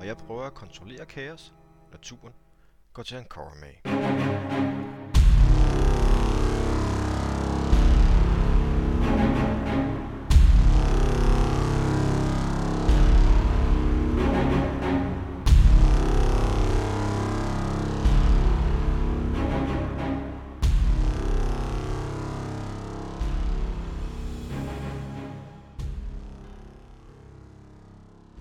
og jeg prøver at kontrollere kaos, når turen går til Ankara med.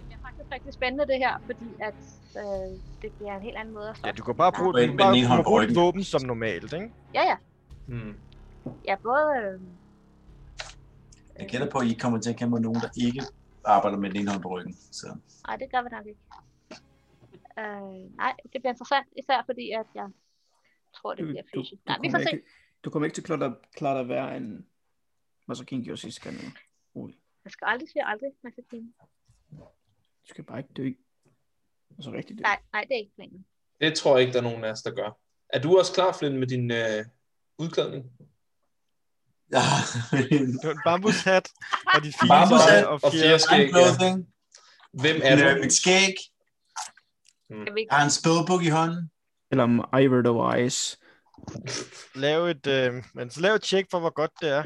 Det er faktisk rigtig spændende det her, fordi at øh, det bliver en helt anden måde at slås. Ja, du kan bare bruge, Gå ind du med kan den ene bare hånd på bruge et ryggen. våben som normalt, ikke? Ja, ja. Hmm. Ja, både... Øh, Jeg gætter på, at I kommer til at kæmpe mod nogen, der ikke arbejder med den ene hånd på ryggen. Så nej, det gør vi nok ikke. Øh, nej, det bliver interessant, især fordi at jeg tror, det Du, bliver du, fishy. du, Nej, vi får kommer se. ikke, du kommer ikke til at klare dig- klare dig værre end Masakine gjorde sidste gang. Rolig. Jeg skal aldrig sige aldrig, man skal sige. Du skal bare ikke dø. Altså rigtig dø. Nej, nej, det er ikke planen. Hmm. Det tror jeg ikke, der er nogen af os, der gør. Er du også klar, Flynn, med din øh, udklædning? ja, Du har en bambushat, og de fine Bambushat øjne og og fjer. fjerskæg, I'm clothing, Hvem er jeg du? har mit skæg, Skal vi jeg ikke? har en spellbook i hånden. Eller om Ivor the Wise. Lav et, øh, men så lav et tjek for, hvor godt det er.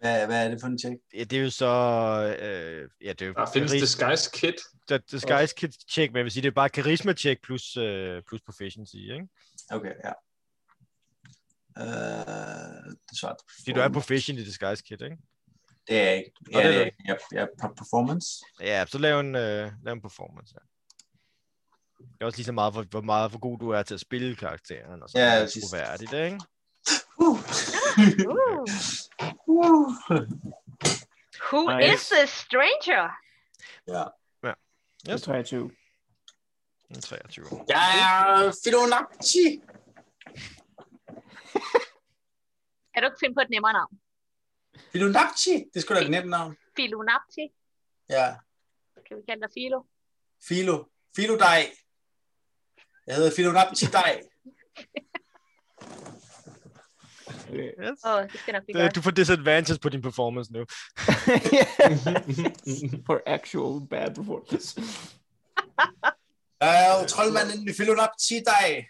Hvad, hvad er det for en check? Ja, det er jo så... Øh, ja, det er jo Der findes karis- Disguise Kit. der, der skal ikke kit check, men jeg vil sige, det er bare karisma check plus, øh, plus proficiency, ikke? Okay, ja. Øh, det er svært. Fordi du er proficient i disguise kit, ikke? Det er jeg ikke. Ja, Nå, det er det du er, jeg, jeg, jeg, performance. Ja, så lav en, øh, lav en performance, ja. Det er også lige så meget, hvor, hvor meget hvor god du er til at spille karakteren, og så Ja, ja, er præcis. troværdigt, ikke? Uh. Uh, uh. who Nice. is this stranger? Yes. Yes. 23. En 23. Jeg er Fibonacci. Kan du ikke finde på et nemmere navn? Fibonacci, det skulle da et nemt navn. Filonapti? Ja, Kan vi kalde dig Filo? Filo. Filo dig. Jeg hedder Fibonacci dig. Øh, Yes. Åh, oh, det skal nok blive Det, godt. du får disadvantage på din performance nu. For actual bad performance. Jeg er jo troldmanden Fibonacci dig.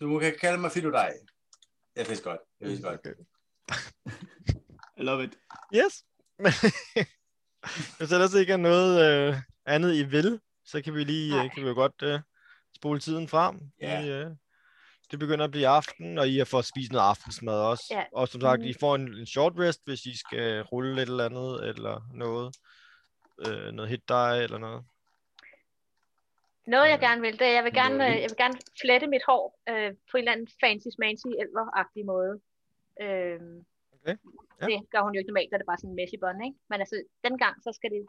Du kan kalde mig Filo dig. Jeg vidste godt. Jeg vidste godt. I love it. Yes. Hvis ellers ikke er noget øh, andet, I vil, så kan vi lige øh, kan vi jo godt øh, spole tiden frem. Ja. I, øh, det begynder at blive aften, og I har fået spist noget aftensmad også. Ja. Og som sagt, Mm. I får en, en short rest, hvis I skal rulle et eller andet, eller noget. Øh, noget hit dig eller noget. Noget, jeg Øh, gerne vil, det er, jeg vil gerne, øh, lovligt. jeg vil gerne flette mit hår øh, på en eller anden fancy-smancy elver-agtig måde. Øh, Okay, ja. Det gør hun jo ikke normalt, da det er bare sådan en messy bun, ikke? Men altså, dengang, så skal det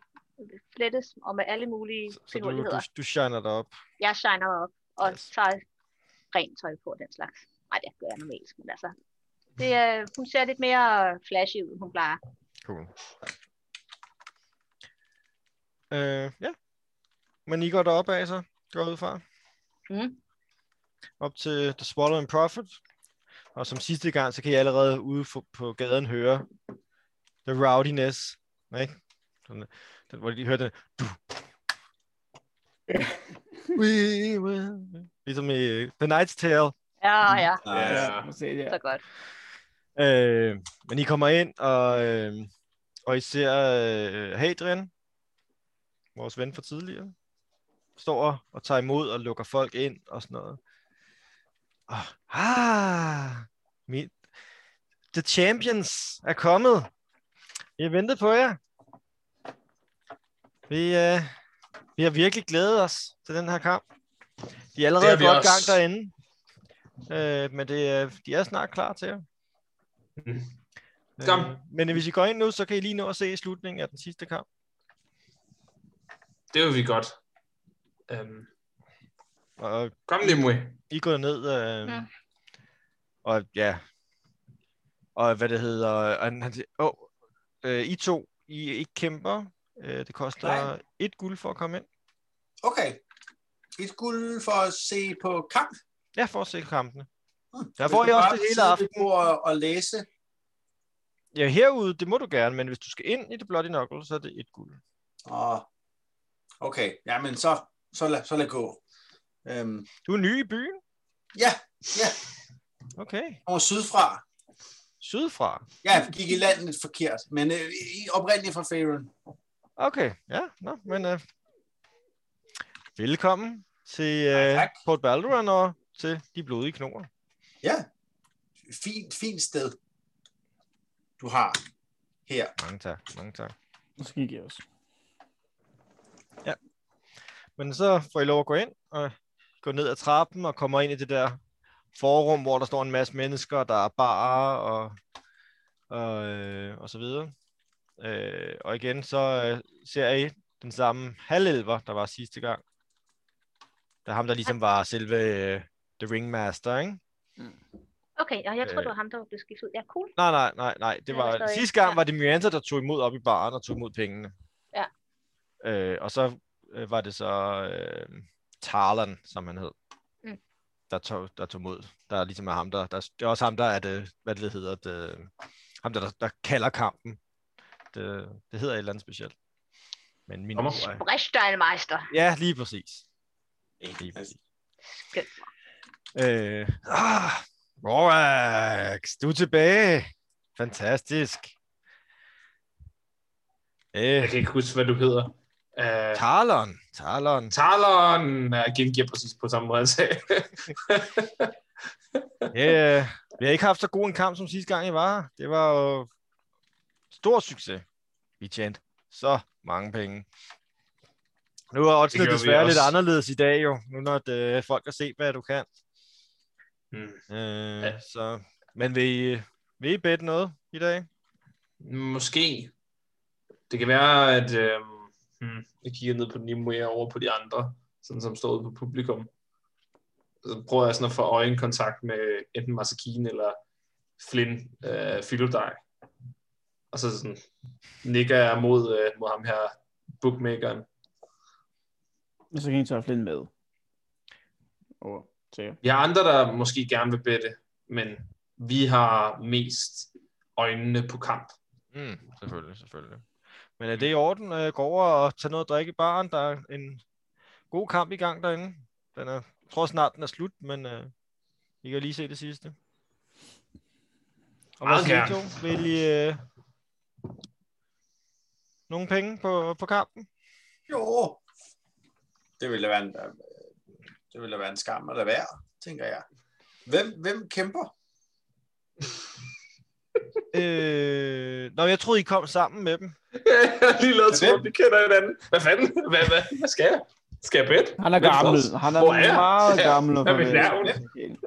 flettes, og med alle mulige Så, så du, du, finurligheder. du shiner dig op. Jeg shiner op, og Yes. yes. tager rent tøj på, den slags. Nej, det gør jeg normalt, men altså... Det, Mm. øh, hun ser lidt mere flashy ud, end hun plejer. Cool. Øh, ja. Men I går derop af, så går jeg ud fra. Mm. Op til The Swallowing Prophet. Og som sidste gang, så kan I allerede ude for, på gaden høre The Rowdiness. Ikke? Den, den, hvor de hørte den. Du. We will. Ligesom i uh, The Night's Tale. Ja, Mm. ja, Nej, Ja. Altså, Se det. så godt. Øh, men I kommer ind, og, øh, og I ser øh, Hadrian, vores ven fra tidligere, står og- og tager imod og lukker folk ind og sådan noget. Og, ah, mit, the champions er kommet. Jeg ventede på jer. Vi, øh, vi har virkelig glædet os til den her kamp. De er allerede har vi godt også. gang derinde. Øh, men det, er- de er snart klar til jer. Mhm. Øh, Kom. Øhm, Men hvis I går ind nu, så kan I lige nå at se slutningen af den sidste kamp. Det vil vi godt. Øhm, Og kom, Nimue. I går ned, øh, Ja. og ja, og hvad det hedder, og han, han siger, åh, øh, I to, I er ikke kæmper, øh, det koster Nej. et guld for at komme ind. Okay. Et guld for at se på kamp. Ja, for at se kampene. Hmm. Der Hvis får du I også bare det hele sidder ved aften. bordet og læse. Ja, herude, det må du gerne, men hvis du skal ind i det Bloody Knuckle, så er det et guld. Og Okay, jamen så, så, lad, så lad gå. Øhm, Du er ny i byen? ja, ja, Okay. over sydfra. Sydfra? Ja, gik i land lidt forkert, men øh, i- oprindeligt fra Faerun. Okay, ja. Nå, men øh, velkommen til Ja, øh, tak. Port Balduran og til De Blodige Knoger. Fint, fint sted, du har her. Mange tak, mange tak. Måske ikke jeg også. Men så får I lov at gå ind og gå ned ad trappen og kommer ind i det der forrum, hvor der står en masse mennesker, der er barer og, og, øh, og så videre. Øh, og igen, så øh, ser I den samme halvelver, der var sidste gang. Der er ham, der ligesom var selve øh, The Ringmaster, ikke? Okay, og jeg tror, Øh. det var ham, der var blevet skiftet ud. Ja, cool. Nej, nej, nej, nej. Det Ja, var, der står ikke. sidste gang Ja. var det Miranda, der tog imod op i baren og tog imod pengene. Ja. Øh, og så øh, var det så øh, Tarlan, som han hed, Mm. der, tog, der tog mod. Der er ligesom er ham, der, der, det er også ham, der er det, hvad det hedder, det, ham der, der, der kalder kampen. Det, det hedder et eller andet specielt. Men min Kommer. ord er- Brechsteinmeister. Ja, lige præcis. Lige præcis. Altså, Øh, ah, Rorax, du er tilbage. Fantastisk. Jeg Øh, kan ikke huske, hvad du hedder. Uh, Talon, Talon. Talon er gengiver præcis på samme måde, han sagde. Øh, vi har ikke haft så god en kamp, som sidste gang I var her. Det var jo stor succes. Vi tjente så mange penge. Nu er oddsene Det gør vi desværre lidt også. anderledes i dag jo, nu når det, folk har set, hvad du kan. Mm. Øh, Ja. så. Men vil I, vil I bette noget i dag? Måske. Det kan være, at øh, hmm, jeg kigger ned på Nimue og over på de andre, sådan som står ude på publikum. Så prøver jeg sådan at få øjenkontakt med enten Masakine eller Flynn øh, Philodai. Og så sådan, nikker jeg mod, øh, mod ham her, bookmakeren. Men så kan jeg tage Flynn med. Over til jer. Vi har andre, der måske gerne vil bette, men vi har mest øjnene på kamp. Mm, selvfølgelig, selvfølgelig. Men er det i orden? Øh, gå over og tage noget at drikke i baren. Der er en god kamp i gang derinde. Den er, jeg tror snart, den er slut, men øh, I kan lige se det sidste. Og hvad Meget siger I to? Vil I øh, nogle penge på, på kampen? jo, det ville da være en, øh, det ville da være en skam at lade være, tænker jeg. Hvem, hvem kæmper? Øh, nå, jeg troede, I kom sammen med dem. jeg har lige lavet Hvad som om, vi kender hinanden. Hvad fanden? Hvad, hvad, hvad skal jeg? Skal jeg bedt? Han er gammel. Han er, Hvor er jeg? meget Ja, gammel. og hvad vil jeg? forvirret.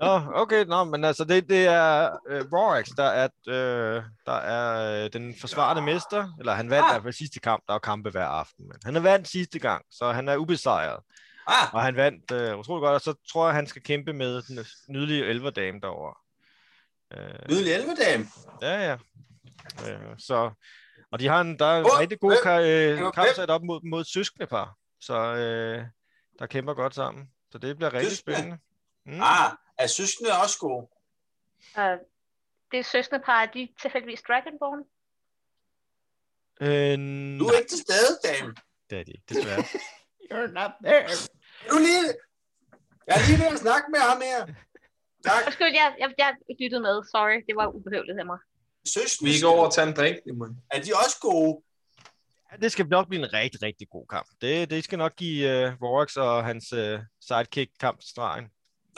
Nå, okay, nå, men altså, det, det er øh, Rorax, der er, øh, der er øh, den forsvarende mester, eller han Ah. vandt i hvert fald sidste kamp, der er kampe hver aften, men han har vandt sidste gang, så han er ubesejret, Ah, og han vandt øh, utrolig godt, og så tror jeg, han skal kæmpe med den nydelige elverdame derovre. Øh, Nydelig elvedame. ja, ja. Øh, så, og de har en, der er en Åh, rigtig god ka- det var øh, kamp fedt. sat op mod, mod et søskendepar, så øh, der kæmper godt sammen, så det bliver rigtig Søskende? spændende. Mm. Ah, er søskende også gode? Øh, det er søsnepar, er de tilfældigvis Dragonborn. Øh, Du er ikke til stede, dame. Det er de ikke, desværre. You're not there. Du lige... Jeg er lige ved at snakke med ham her. Tak. Undskyld, jeg, jeg, jeg lyttede med. Sorry, det var ubehøvlet af mig. Søskende, Vi går over og tager en drink, Simon. er de også gode? Ja, det skal nok blive en rigtig, rigtig god kamp. Det, det skal nok give uh, Vorax og hans uh, sidekick kamp stregen.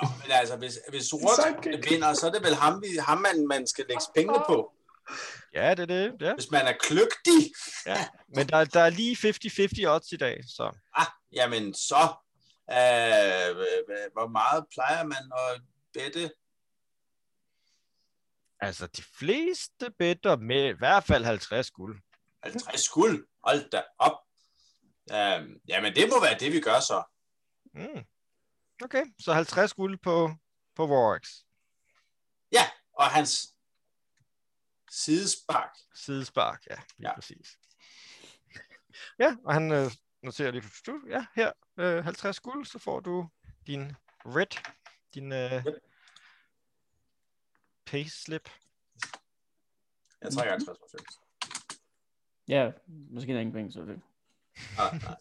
Nå, men altså, hvis, hvis Sort Sidekick. vinder, så er det vel ham, vi, ham man, man skal lægge pengene på. Ja, det er det. Ja. Hvis man er kløgtig, Men der, der er lige 50-50 odds i dag, så ah, jamen så... Øh, h- h- hvor meget plejer man at bette? altså de fleste bedder med i hvert fald 50 guld. 50 guld? Hold da op. Øh, jamen, det må være det, vi gør så. Mm. Okay, så 50 guld på, på Vorax. Og hans sidespark. Sidespark, ja, lige ja. Ja. præcis. Ja, og han øh, noterer lige, du, ja, her, øh, 50 guld, så får du din red, din øh, payslip. Jeg trækker 50 procent. Ja, måske er der ingen penge, så det. Ah, nej.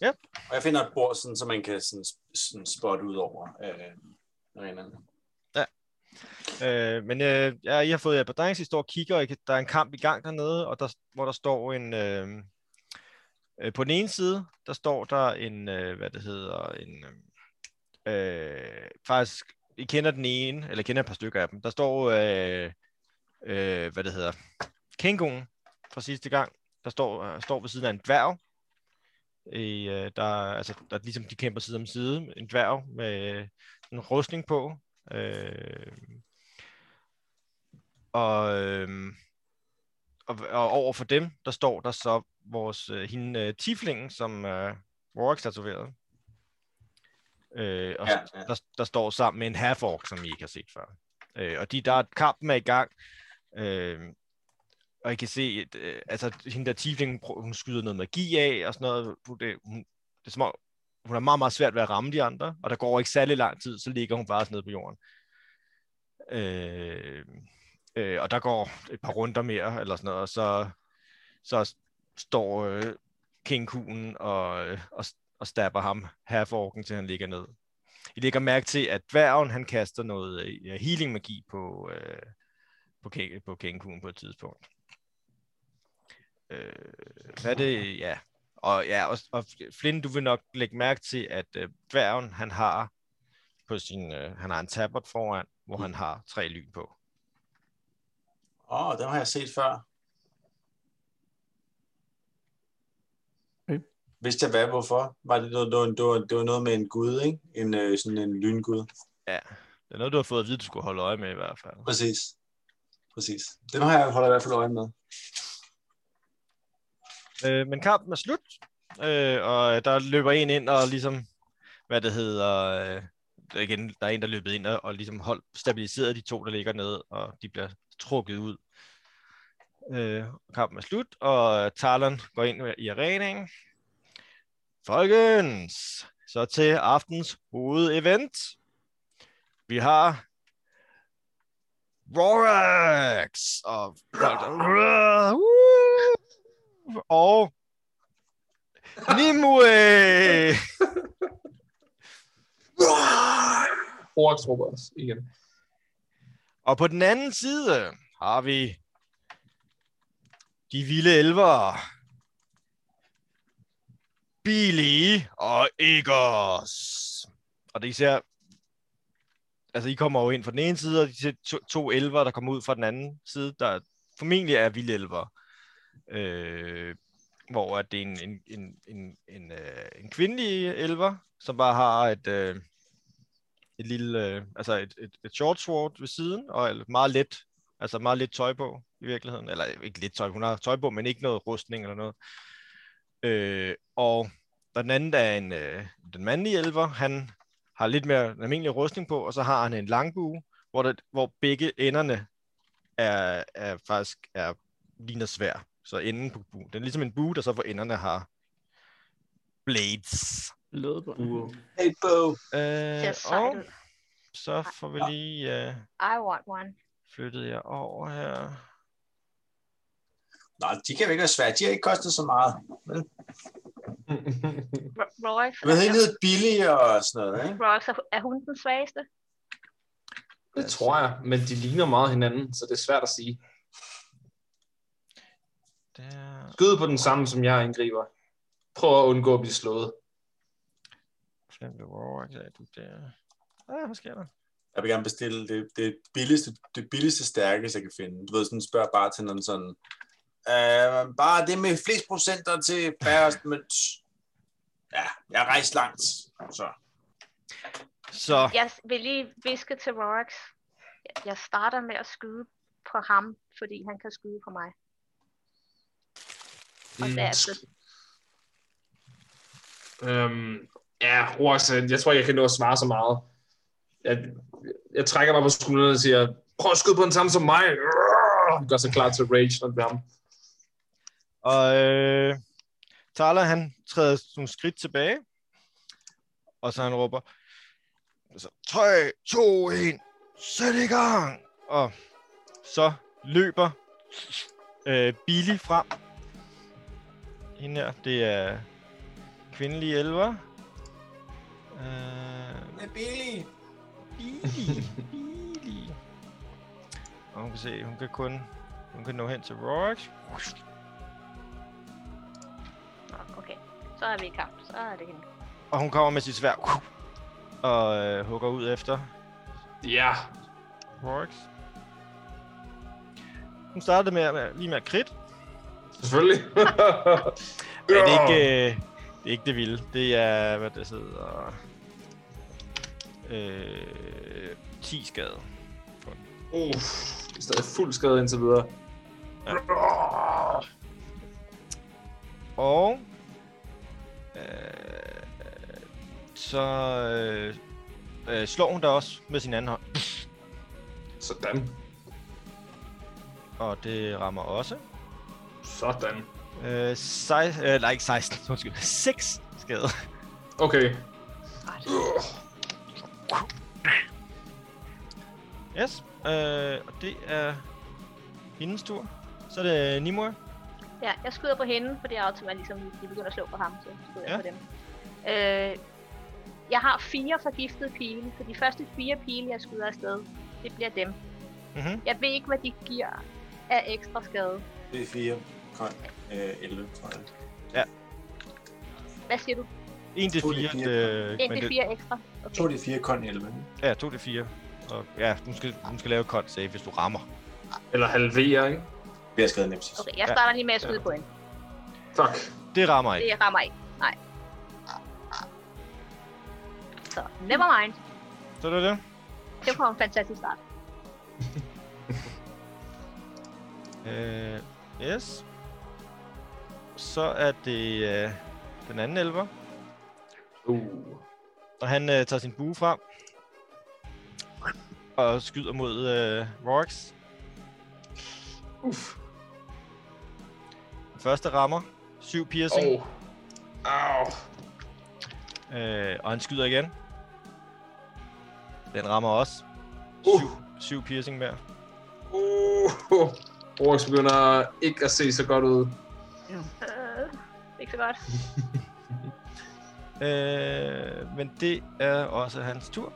Ja. Og jeg finder et bord, sådan, så man kan sådan, sådan spotte ud over øh, arenaen. Øh, men øh, ja, I har fået jer på drengs, I står og kigger, og I kan- der er en kamp i gang dernede, og der, hvor der står en... Øh, øh, på den ene side, der står der en, øh, hvad det hedder, en... Øh, faktisk, I kender den ene, eller I kender et par stykker af dem. Der står, øh, øh, hvad det hedder, Kængungen fra sidste gang. Der står, øh, står ved siden af en dværg. I, øh, der, er- altså, der er ligesom, de kæmper side om side. En dværg med øh, en rustning på, Øh, og, øh, og, og over for dem, der står der så vores øh, hende øh, tiflingen, som øh, Warwick tatoverede. Øh, og Ja, ja, ja. ja. Der, der står sammen med en half som I ikke har set før. Øh, og de der kampen er i gang. Øh, og I kan se, at, øh, altså hende der tiflingen, prø- hun skyder noget magi af og sådan noget. Hun- Det, hun, det er som om, hun har meget, meget svært ved at ramme de andre, og der går ikke særlig lang tid, så ligger hun bare sådan nede på jorden. Øh, øh, og der går et par runder mere, eller sådan noget, og så, så s- står øh, King Kuen og, øh, og, s- og stabber ham, herforken, til han ligger ned. I lægger mærke til, at dværgen, han kaster noget øh, healing-magi på, øh, på, King, på King Kuen på et tidspunkt. Øh, hvad er det? Ja, og ja, og, og Flynn, du vil nok lægge mærke til, at øh, dværgen, han har på sin, øh, han har en tablet foran, hvor han har tre lyn på. Åh, oh, dem har jeg set før. Okay. Vidste jeg hvad, hvorfor? Var det, noget, det, var, det, var, det var noget med en gud, ikke? En, øh, sådan en lyngud. Det er noget, du har fået at vide, du skulle holde øje med i hvert fald. Præcis. Præcis. Dem har jeg holdt i hvert fald øje med. Øh, men kampen er slut, øh, og der løber en ind og ligesom, hvad det hedder, øh, der, er igen, der er en, der løbet ind og, og ligesom holdt stabiliseret de to, der ligger nede, og de bliver trukket ud. Øh, kampen er slut, og Talan går ind i arenaen. Folkens, så til aftens hovedevent. Vi har Rorax og, og Nimue. Overtrupper os igen. Og på den anden side har vi de vilde elvere. Billy og Egos. Og det er især... Altså, I kommer jo ind fra den ene side, og de ser to, to elver, der kommer ud fra den anden side, der formentlig er vilde elver. Øh, hvor at det er en, en, en, en, en, øh, en kvindelig elver, som bare har et... Øh, et lille, øh, altså et, et, et short sword ved siden, og et meget let, altså meget let tøj på i virkeligheden. Eller ikke lidt tøj, hun har tøj på, men ikke noget rustning eller noget. Øh, og og den anden er en, øh, den mandlige elver, han har lidt mere almindelig rustning på, og så har han en langbue, hvor, det, hvor begge enderne er, er faktisk er, ligner svær. Så enden på buen. Den er ligesom en bue, der så for enderne har blades. Lød på. Uger. Hey, Bo. Øh, Ser sejt og ud. så får vi lige... Øh, I want one. flyttede jeg over her. Nå, de kan jo ikke være svære. De har ikke kostet så meget. Ro- Rolex, Jeg ved ikke, noget billigt og sådan noget, ikke? Rolex, Altså, er- er hun den svageste? det tror jeg, men de ligner meget hinanden, så det er svært at sige. Der. Skyd på den samme, som jeg angriber. Prøv at undgå at blive slået. Flem blev overrasket. Du der. Ah, hvad sker der? Jeg vil gerne bestille det, det, billigste, det billigste stærke, jeg kan finde. Du ved, sådan spørg bare til nogen sådan, øh, bare det med flest procenter til færrest mønt. Ja, jeg har rejst langt, så. Så Jeg vil lige viske til Rolex. Jeg starter med at skyde på ham, fordi han kan skyde på mig. Og Mm. derefter Øhm, ja, Rox, jeg tror ikke, jeg kan nå at svare så meget. Jeg, jeg trækker mig på skuldrene og siger, prøv at skyde på den samme som mig. Han gør sig klar til rage, når det er ham. Og øh, Tala, han træder nogle skridt tilbage. Og så han råber, altså, så 3, 2, 1, sæt i gang! Og så løber øh, Billy frem. Hende her, det er Kvindelig elver. Øh, Det er billigt. Billy. Billy. Og hun kan se, hun kan kun... Hun kan nå hen til Rorax. Nå, okay. Så er vi i kamp. Så er det hende. Og hun kommer med sit svær. Og øh, hugger ud efter Ja, Rorax. Hun startede med, at- lige med at krit. selvfølgelig. Men det er ikke, øh, det, er ikke det vilde. Det er, hvad det hedder... Øh, 10 skade. Uh, det er stadig fuld skade indtil videre. Ja. Ja. Og... Øh, så øh, øh, slår hun dig også med sin anden hånd. Sådan. Og det rammer også. Sådan. Øh, sej, øh, nej, ikke 16, undskyld. 6 skade. Okay. Ej, Yes. Øh, og det er hendes tur. Så er det Nimue. Ja, jeg skyder på hende, for det er automatisk, ligesom de begynder at slå på ham, så skyder ja. Ja. jeg på dem. Øh, jeg har fire forgiftede pile, så de første fire pile, jeg skyder afsted, det bliver dem. Mhm. Jeg ved ikke, hvad de giver af ekstra skade. Det er 4. Kon, øh, 11, tror jeg. Hvad siger du? 1 til To D4. 4. Øh, men 1 til det- 4 ekstra? Så er det 4 kon 11. Ja, 2 til 4. Og, ja, hun skal, hun skal lave et cut save, hvis du rammer. Eller halvere, ikke? Vi har skrevet nemsis. Okay, jeg starter lige med at skyde på hende. Tak. Det rammer ikke. Det rammer ikke. Nej. Så, never mind. Så det er det. Det var en fantastisk start. Øh, yes. Så er det øh, den anden elver. Uh. Og han øh, tager sin bue frem. Og skyder mod øh, Rorax. Uff. Den første rammer. 7 piercing. Oh. Au. Oh. Øh, og han skyder igen. Den rammer også. Uh. 7 piercing mere. Uh. Rorax begynder ikke at se så godt ud. Øh, ikke så godt. Øh, men det er også hans tur.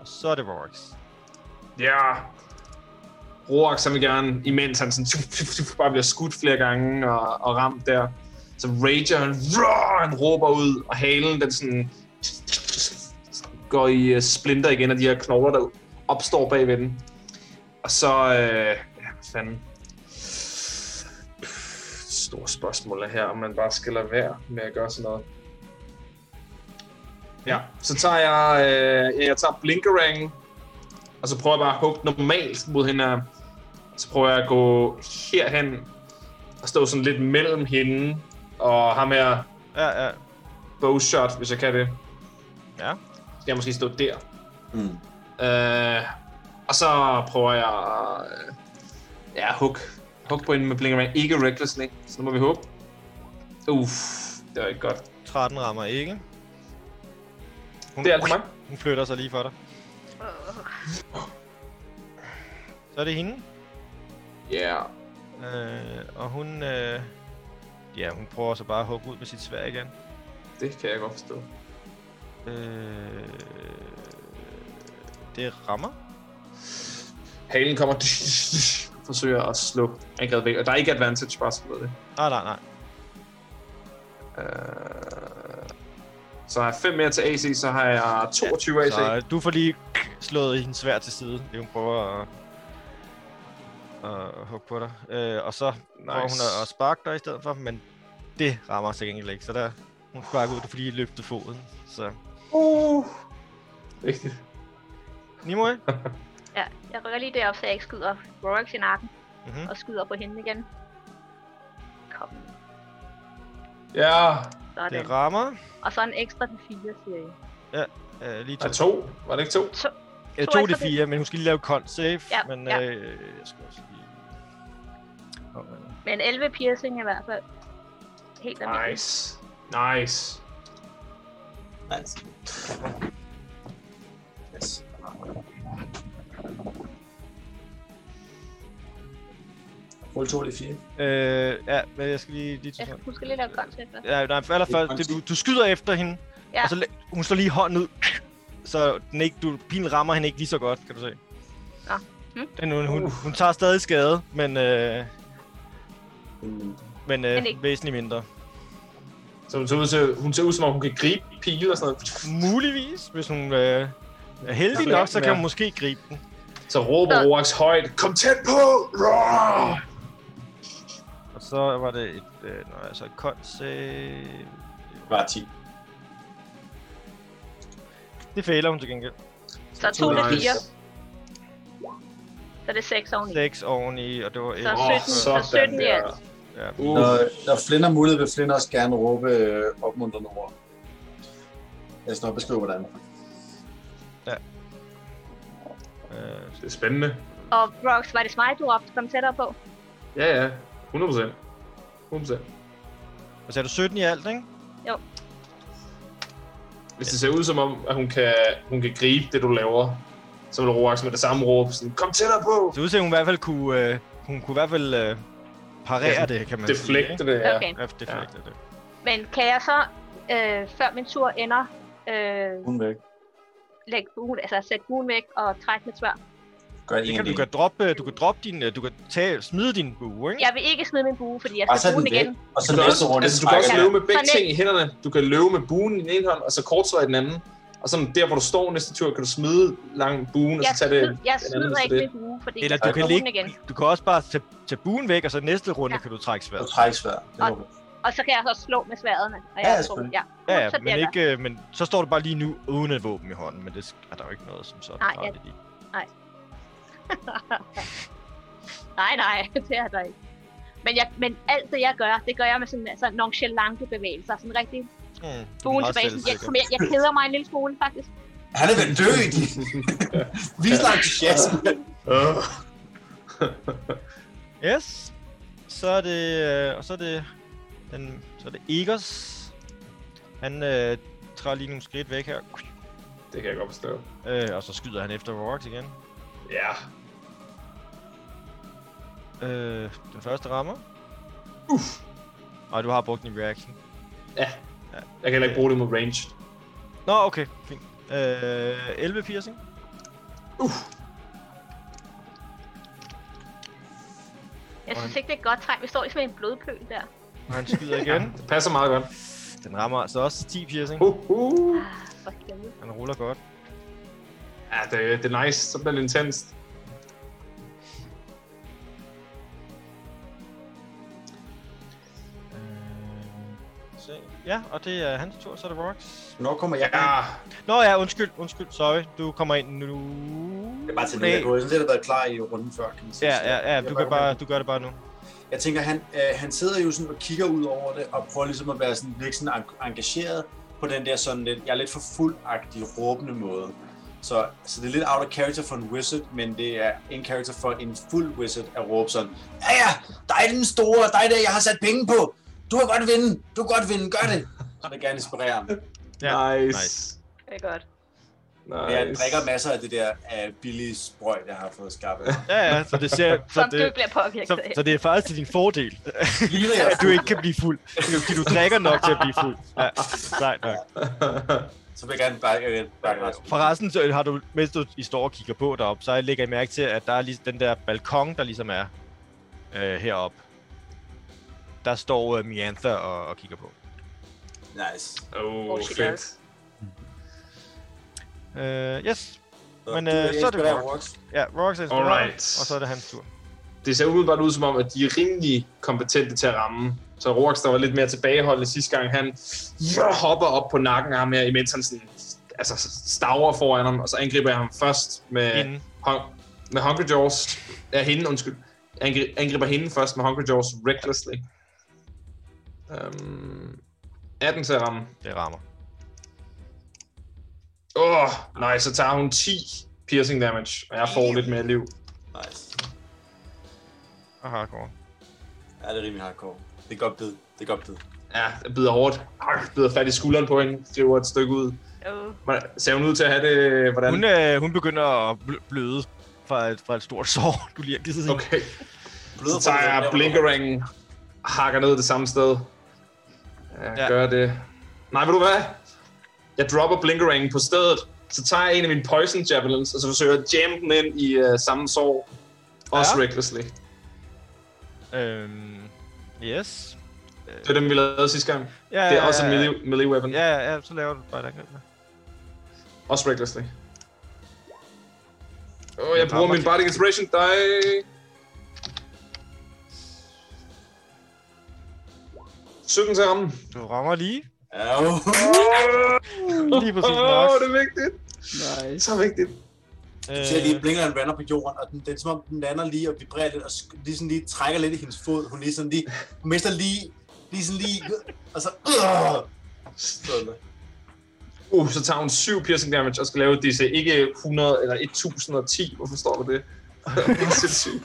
Og så er det Rorax. Ja. Roax, han vil gerne, imens han sådan, tuf, tuf, tuf, bare bliver skudt flere gange og, og ramt der. Så rager han, roar, han råber ud, og halen den sådan går i øh, splinter igen af de her knogler, der opstår bagved den. Og så, øh, ja, hvad fanden. Store spørgsmål er her, om man bare skal lade være med at gøre sådan noget. Ja, så tager jeg, øh, ja, jeg tager blinkerangen, og så prøver jeg bare at hugge normalt mod hende. her. Så prøver jeg at gå herhen og stå sådan lidt mellem hende og ham her Ja, ja. bowshot, hvis jeg kan det. Ja. Så skal jeg måske stå der. Mm. Øh, og så prøver jeg øh, ja, hug. Hug på hende med blinkerman. Ikke recklessly. Så nu må vi håbe. Uff, det var ikke godt. 13 rammer ikke. Hun, Det er alt for mig. hun flytter sig lige for dig. Øh, Så er det hende. Ja. Yeah. Øh, og hun... Øh, ja, hun prøver så bare at hugge ud med sit svær igen. Det kan jeg godt forstå. Øh, det rammer. Halen kommer forsøger at slå angrebet væk. Og der er ikke advantage, bare så du ved det. Nej, nej, nej. Øh, så har jeg 5 mere til AC, så har jeg 22 AC. Så øh, du får lige slået hendes svær til side, det hun prøver at, at hugge på dig. Øh, og så nice. prøver hun at, at sparke dig i stedet for, men det rammer til gengæld ikke. Så der, hun sparker ud, fordi I løftede foden. Så Uh. Vigtigt. Nimue, ja, jeg rykker lige derop, så jeg ikke skyder Rorax i nakken. Mhm. Og skyder på hende igen. Kom, Ja, sådan. det rammer. Og så en ekstra til 4, siger jeg. Øh, lige der to. er to. Var det ikke to? Jeg to tog ekstra det fire, men hun skal lige lave con save. Ja, men ja. Øh, jeg skal også lige... Hov, hvad er det? Men 11 piercing i hvert fald. Helt almindeligt. Nice. Nice. Nice. Yes. Rulle 2 eller 4. Øh, ja, men jeg skal lige... lige Jeg tage- skal- hun skal lige lave grønt til først. Ja, nej, for allerførst, det, du, du skyder efter hende, Ja. ja. og så læ- hun slår lige hånden ud, så den ikke, du, pilen rammer hende ikke lige så godt, kan du se. Nå. Hm. Den, hun, hun, hun tager stadig skade, men, øh, men, øh, Men ikke- men væsentligt mindre. Så hun ser, ud til, hun ser ud som om, hun kan gribe pile og sådan noget. Muligvis, hvis hun øh, er heldig Ja, nok, så kan ja. hun måske gribe den. Så råber Så- Roax højt, kom tæt på! Roar! Og så var det et, øh, nej, altså et koldt save. Det var 10. Det fejler hun til gengæld. Så to to eller nice. fire. Så det er seks oveni. 6 oveni, og det var et. Så Åh, 17, så sådan 17 i der. alt. Ja. Uh, Når, når Flynn har mulighed, vil Flynn også gerne råbe øh, opmuntrende ord. Jeg skal nok beskrive, hvordan. Øh, det er spændende. Og Brox, var det mig, du råbte? Kom tættere på. Ja, ja. 100 procent. 100 procent. og så er du 17 i alt, ikke? Hvis det ser ud som om, at hun kan, hun kan gribe det, du laver, så vil Roax med det samme råbe sådan, kom tættere på! Så ud til, at hun i hvert fald kunne, øh, hun kunne i hvert fald øh, parere Ja, det, kan man sige. Deflekte det, ja. Okay. Ja, deflekte det. Men kan jeg så, øh, før min tur ender, øh, Hun væk. lægge buen, altså sætte buen væk og trække mit svær? Gør en Det kan del. du kan droppe, du kan droppe din, øh, du kan tage, smide din bue, ikke? Jeg vil ikke smide min bue, fordi jeg Og så skal er bruge den den væk. igen. Og så Du kan, næste også, runde, altså, så du kan også trækker jeg. løbe med begge Sådan ting i hænderne. Du kan løbe med buen i den ene hånd, og så kortsvær i den anden. Og så der, hvor du står næste tur, kan du smide lang buen, og Jeg, så tage det... smid- jeg den anden, smider så ikke det- min bue, fordi Eller jeg du skal kan, bruge den ligge, igen. du kan også bare tage, tage buen væk, og så næste runde Ja. ja. kan du trække du sværet. trækker sværet. Det Og- er okay. Og så kan jeg så slå med sværene. Og Ja, jeg tror, selvfølgelig. ja, Ja, ja, så det men, er der. ikke, øh, men så står du bare lige nu uden et våben i hånden, men det sk- er der jo ikke noget som sådan. Nej, farligt i. Nej, nej, det er der ikke. Men, jeg, men alt det, jeg gør, det gør jeg med sådan altså, nonchalante bevægelser. Sådan rigtig Mm, du er buen meget tilbage. Sådan, jeg, selvsikker. som jeg, jeg keder mig en lille smule, faktisk. Han er ved død i de. Vis dig entusiasme. Øh. Yes. Så er det, øh, og så er det, den, så er det Egers. Han øh, træder lige nogle skridt væk her, det kan jeg godt forstå. øh, og så skyder han efter Rorax igen. Ja. Øh, den første rammer. Uff. Og du har brugt din reaction. Jeg kan heller ikke bruge det mod range. Nå, okay, fint. Øh, 11 piercing. Jeg synes ikke, det er et godt tegn. Vi står i sådan en blodpøl der. Og han skyder Ja, igen. det passer meget godt. Den rammer altså også 10 piercing. Uh, uh. Ah, for helvede. Han ruller godt. Ja, det, det er nice. Så bliver det intenst. Øh, se. Ja, og det er hans tur, så er det Rorax. Når kommer jeg? Ja. Nå ja, undskyld, undskyld, sorry. Du kommer ind nu. Det er bare til det, jeg kunne lidt have været klar i runden før, kan man sige. Ja, Så ja, ja, jeg du, bare- kan bare, du gør det bare nu. Jeg tænker, han, øh, han sidder jo sådan og kigger ud over det, og prøver ligesom at være sådan, virkelig sådan en- engageret på den der sådan lidt, jeg er lidt for fuldagtig, råbende måde. Så, så det er lidt out of character for en wizard, men det er in character for en fuld wizard at råbe sådan, ja ja, dig den store, dig der, jeg har sat penge på, du har godt vinde, du kan godt vinde, gør det. Så vil jeg gerne inspirere ham. Ja, Nice. nice. Det er godt. Men jeg nice. drikker masser af det der uh, billige sprøjt, jeg har fået skaffet. Ja, ja, så det ser... Som Så det... du ikke det, bliver påvirket så, af. så det er faktisk til din fordel, Ligner jeg at du ikke kan blive fuld. Fordi du drikker nok til at blive fuld. Ja, sejt nok. Så vil jeg gerne bakke, jeg vil bakke Rasmus. Forresten, så har du, mens du I står og kigger på deroppe, så lægger I mærke til, at der er lige den der balkon, der ligesom er øh, heroppe. Der står øh, Miantha og, og kigger på. Nice. Åh, oh, Bullshit, fedt. Øh, yes. Så, Men, du øh, vil så er det inspirere Rock. Rox. Ja, Rorax er inspireret, Alright. og så er det hans tur. det ser umiddelbart ud som om, at de er rimelig kompetente til at ramme. Så Rorax, der var lidt mere tilbageholdende sidste gang, han ja, hopper op på nakken af ham her, imens han sådan, altså, staver foran ham, og så angriber jeg ham først med, Inden. hung, med Hungry Jaws. Ja, hende, undskyld. Angri- angriber hende først med Hungry Jaws recklessly. Um, 18 til at ramme. Det rammer. Åh, oh, nej, så tager hun 10 piercing damage, og jeg får lidt mere liv. Nice. Og hardcore. Ja, det er rimelig hardcore. Det er godt bid. Det er godt bid. Ja, jeg bider hårdt. Arh, bider fat i skulderen på hende, driver et stykke ud. Oh. Hvordan- Ser hun ud til at have det, hvordan? Hun, øh, hun begynder at bl- bløde fra et, fra et stort sår, du lige har givet hende. Okay. bløde Så tager jeg blinkeringen, hakker ned det samme sted. Jeg Ja. ja. gør det. Nej, ved du hvad? Jeg dropper blinkeringen på stedet, så tager jeg en af mine poison javelins, og så forsøger jeg at jamme den ind i uh, samme sår. Også Ja. ja. recklessly. Øhm, yes. Det var dem, vi lavede sidste gang. Ja, ja, Det er også ja, en ja. melee, melee weapon. Ja, ja, ja, så laver du bare et angreb. med. Også recklessly. Oh, jeg Den bruger rammer min ikke. Bardic Inspiration. dig. Sytten til ham. Du rammer lige. Ja, jo. Øh, Lige præcis Åh, nok. det er vigtigt. Nice. Så vigtigt. Du Øh, ser lige, at blinkeren lander på jorden, og den, det er som om, den lander lige og vibrerer lidt, og sk- lige sådan lige trækker lidt i hendes fod. Hun lige sådan lige, hun mister lige, lige sådan lige, og så... Øh, Stille. Uh, så tager hun 7 piercing damage og skal lave DC. Ikke 100 eller 1010. Hvorfor står der det? Det er sindssygt.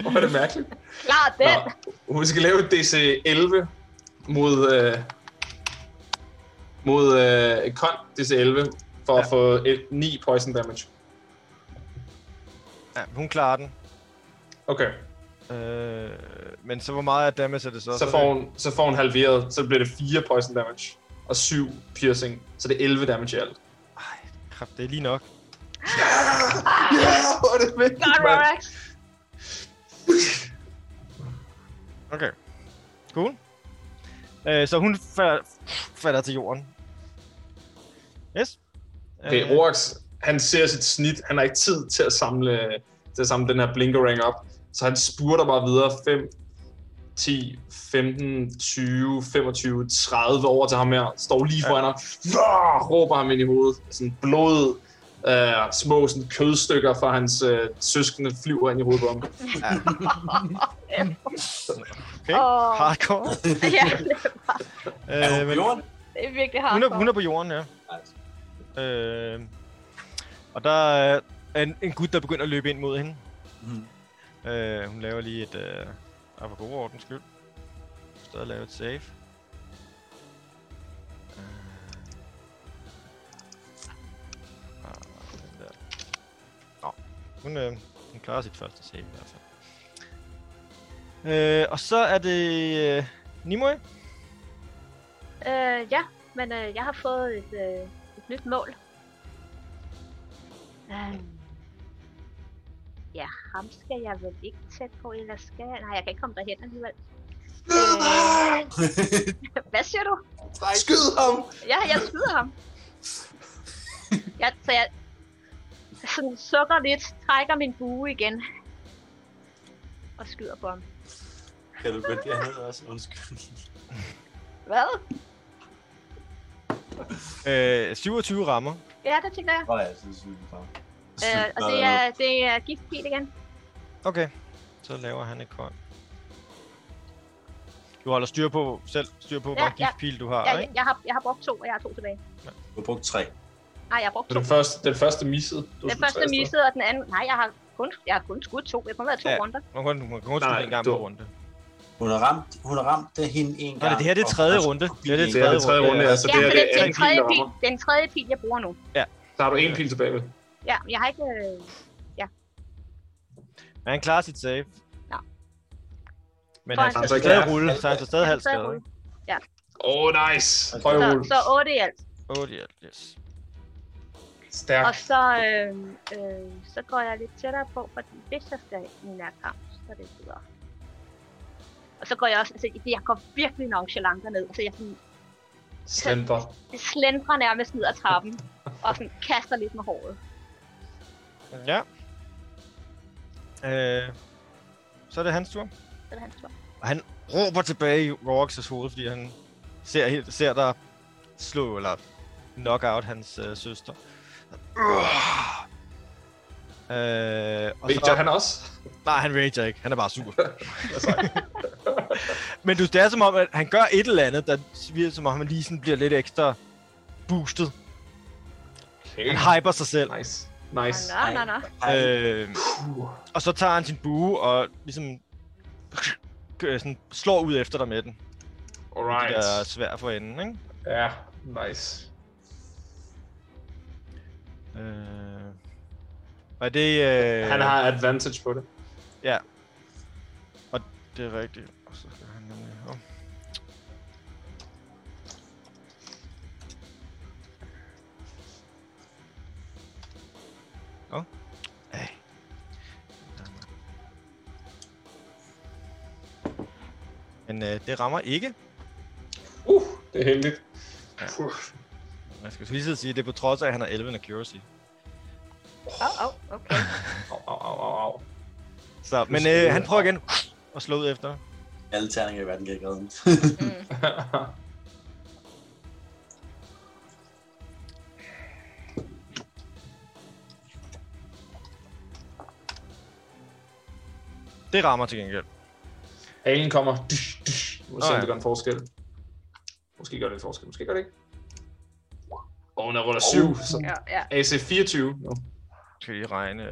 Hvor er det mærkeligt. Klar den! Nå, hun skal lave et DC 11 mod, øh, mod øh, et kon DC 11 for ja. at få et, 9 poison damage. Øh, ja, hun klarer den. Okay, Øh, men så hvor meget af damage er det så? så, så, får hun, så får hun halveret, så bliver det 4 poison damage og 7 piercing, så det er 11 damage i alt. Kraft, det er lige nok. Ja, hvor er det vigtigt, Godt, mand. Rorax. Okay. Cool. Øh, så hun falder, falder til jorden. Yes. Okay, Øh, Rorax, han ser sit snit. Han har ikke tid til at samle, til at samle den her blinkering op. Så han spurter bare videre 5, 10, 15, 20, 25, 30 over til ham her. Står lige foran ham. Ja. Råber ham ind i hovedet. Sådan blod, øh, små sådan kødstykker fra hans øh, søskende flyver ind i hovedet på ham. okay. Åh. Øh, Hardcore. ja, Er hun Øh, på men jorden? det er virkelig hardcore. hun, er, hun er på jorden, ja. Nice. Øh, og der er en, en gut, der begynder at løbe ind mod hende. Mhm. Øh, hun laver lige et... Øh, ah, for god ordens skyld. Stadig lave et save. Øh. Ah, den der. Nå, hun, øh, hun klarer sit første save i hvert fald. Øh, og så er det øh, Nimue. Øh, ja, men øh, jeg har fået et, øh, et nyt mål. Øh, ja, ham skal jeg vel ikke tæt på, eller skal jeg? Nej, jeg kan ikke komme derhen alligevel. Øh, hvad siger du? Skyd ham! Ja, jeg skyder ham. Jeg, så jeg sådan sukker lidt, trækker min bue igen. Og skyder på ham. Kan du godt, jeg hedder også, undskyld. Hvad? Øh, 27 rammer. Ja, det tænker jeg. Nå ja, så synes jeg, det er Øh, og det er, det er giftpil igen. Okay, så laver han et kon. Du holder styr på, selv styr på, hvor Ja, ja, ja. giftpil du har, Jeg, ja, jeg, ikke? jeg, har, jeg har brugt to, og jeg har to tilbage. Du har brugt tre. Nej, jeg har brugt Det to. er den første, den første missede. Du Den skulle første tage afsted. missede, og den anden... Nej, jeg har kun, jeg har kun skudt to. Jeg har kun været to Ja. ja. runder. Man kan, man kan kun Nej, spille en gang du- på runde. Hun har ramt, hun har ramt det hende en gang. Nej, det her det er og tredje hun har runde. skudt Det er det en Det er tredje den tredje runde, ja. Så Ja, det for er det, det er den, anden pil, tredje der pil, rammer. den tredje pil, jeg bruger nu. Så har du en pil tilbage, vel? Ja, jeg har ikke... Øh, Men han klarer sit save. Nå. Men For han han skal skal stadig stadig- rulle, så han skal stadig halvt så, skade. Åh, oh, nice! Okay. så, Højrulle. så otte i alt. 8 i alt, yes. Stærk. Og så, øh, øh, så går jeg lidt tættere på, fordi hvis jeg skal i nærkamp, så er det bedre. Og så går jeg også... Altså, jeg går virkelig nonchalant derned. Altså, jeg sådan, Slender. slendrer nærmest ned ad trappen. og sådan kaster lidt med håret. Ja. Øh, så er det hans tur. Så er det hans tur. Og han råber tilbage i Rorax's hoved, fordi han ser, helt, ser der slå eller knock out hans øh, søster. Øh, og Victor, så, han også? nej, han rager ikke. Han er bare sur. Det er sejt. Men du, det er som om, at han gør et eller andet, der virker som om, han lige sådan bliver lidt ekstra boostet. Okay. Han hyper sig selv. Nice. Nice. Uh, Nå, nå, nå. Ej, Øh, Puh. og så tager han sin bue og ligesom øh, sådan, slår ud efter dig med den. Alright. Det er svært for enden, ikke? Ja, nice. Øh... Og det... Øh... Han har advantage på det. Det er rigtigt. Og så skal han nemlig... Oh. Åh. Ej. Men øh, det rammer ikke. Uh, det er heldigt. Ja. Uh, Jeg skal lige sidde og sige, at det er på trods af, at han har 11 accuracy. Åh, åh, okay. au, au, au, au, au. Så, men skal øh, jeg- han prøver igen og slår ud efter. Alle terninger i verden kan ikke redde ham. Mm. Det rammer til gengæld. Halen kommer. Dysh, dysh. Nu må vi se, Nå om ja. det gør en forskel. Måske gør det en forskel, måske gør det ikke. Og hun er ruller 7, så Ja, ja. AC 24 nu. Skal lige regne... Øh...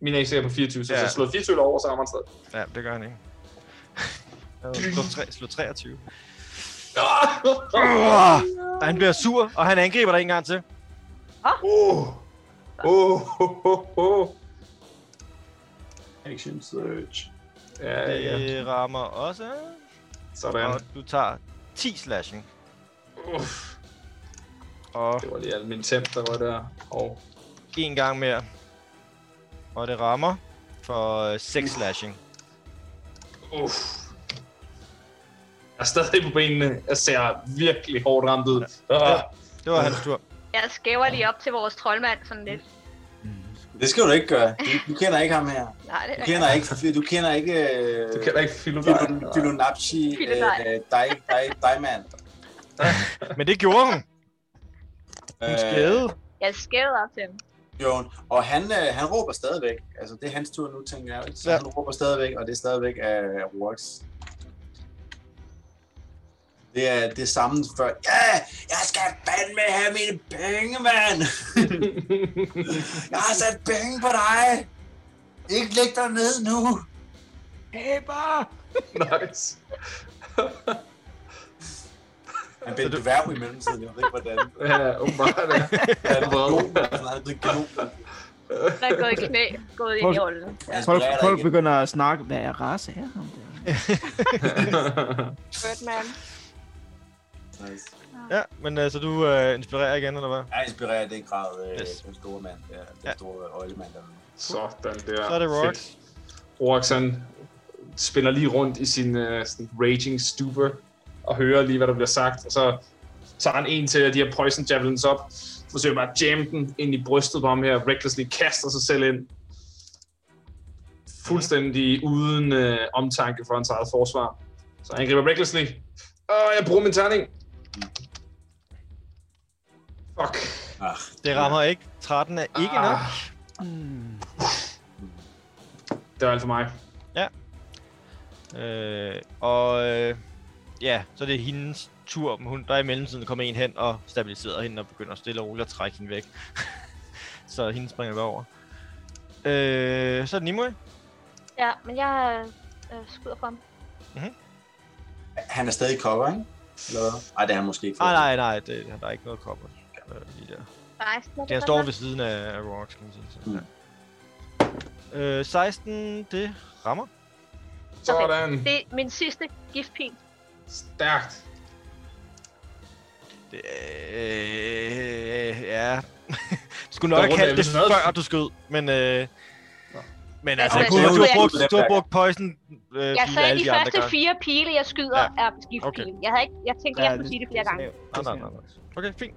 Min AC er på 24, så hvis Ja. jeg slår 24 over, så rammer han stadig. Ja, det gør han ikke. slå, tre, slå 23. Uh. Ah! Og han bliver sur, og han angriber dig en gang til. Uh. Uh. Uh. Uh. Uh. Action search. Ja, ja. Det rammer også, Sådan. og du tager 10 slashing. Uff, Og det var lige alt min temp, der var der. Og en gang mere. Og det rammer for Mm. 6 slashing. uff. Jeg er stadig på benene. Jeg ser virkelig hårdt ramt ud. Ah. Det var hans tur. Jeg skæver lige op til vores troldmand sådan lidt. Det skal du ikke gøre. Du, du kender ikke ham her. Nej, det Du er kender ikke... Du kender ikke... øh, Du kan da ikke filme Filon- Filonapshi Filodej. øh, Dai- Dai- Daiman. Men det gjorde hun. Hun Øh, skade. Jeg skævede op til ham. Jon. Og han, øh, han råber stadigvæk. Altså, det er hans tur nu, tænker jeg. Så Ja. han råber stadigvæk, og det er stadigvæk af uh, Rox. Det er det er samme før. Ja, jeg skal fandme have mine penge, mand! Jeg har sat penge på dig! Ikke læg dig ned nu! nice. Han blev en dværg i mellemtiden, jeg ved ikke, hvordan. Ja, åbenbart. Ja. Han er er vred. gnom, altså, han er blevet gnom. Han er gået i knæ, gået ind i ålen. Ja. Folk, Inspirerer dig folk igen. begynder at snakke, Mm. hvad er race er ham der? Birdman. Nice. Ja, men altså, du øh, inspirerer igen, eller hvad? Jeg inspirerer i den grad øh, Yes. den store mand, ja, den Ja. store øjlemand. Der. Sådan der. Så er det Rox. Fedt. Rox, han spiller lige rundt i sin uh, sådan raging stupor og hører lige, hvad der bliver sagt. Og så tager han en til af de her poison javelins op, forsøger bare at jamme den ind i brystet på ham her, recklessly kaster sig selv ind. Fuldstændig uden uh, omtanke for hans eget forsvar. Så han griber recklessly. Og jeg bruger min terning. Fuck. Ah, Det rammer ikke. 13 er ikke nok. Ah, Mm. Det var alt for mig. Øh, og øh, ja, så er det hendes tur. men Hun, der i mellemtiden kommer en hen og stabiliserer hende og begynder stille og roligt at trække hende væk. så hende springer vi over. Øh, så er det Nimue. Ja, men jeg øh, skyder på ham. han er stadig cover, ikke? Eller hvad? Nej, det er han måske ikke. Ah, nej, nej, det, der er ikke noget kopper. Øh, lige der. 16 er Det, jeg godt står nok. ved siden af, af Rox, kan man sige. Så, Mm. ja. øh, 16, det rammer. Sådan. Det er min sidste giftpil. Stærkt. Det, øh, ja. du skulle nok Der have runder kaldt det jeg vist noget. før, du skød, men... Øh, men altså, Altså, du, jeg du, har tror, brugt, jeg- du har brugt poison øh, Jeg pile sagde alle de de andre første gange. fire pile, jeg skyder, Ja. er giftpile. Jeg, havde ikke, jeg tænkte, jeg skulle sige det flere gange. Nej, nej, nej. nej. Okay, fint.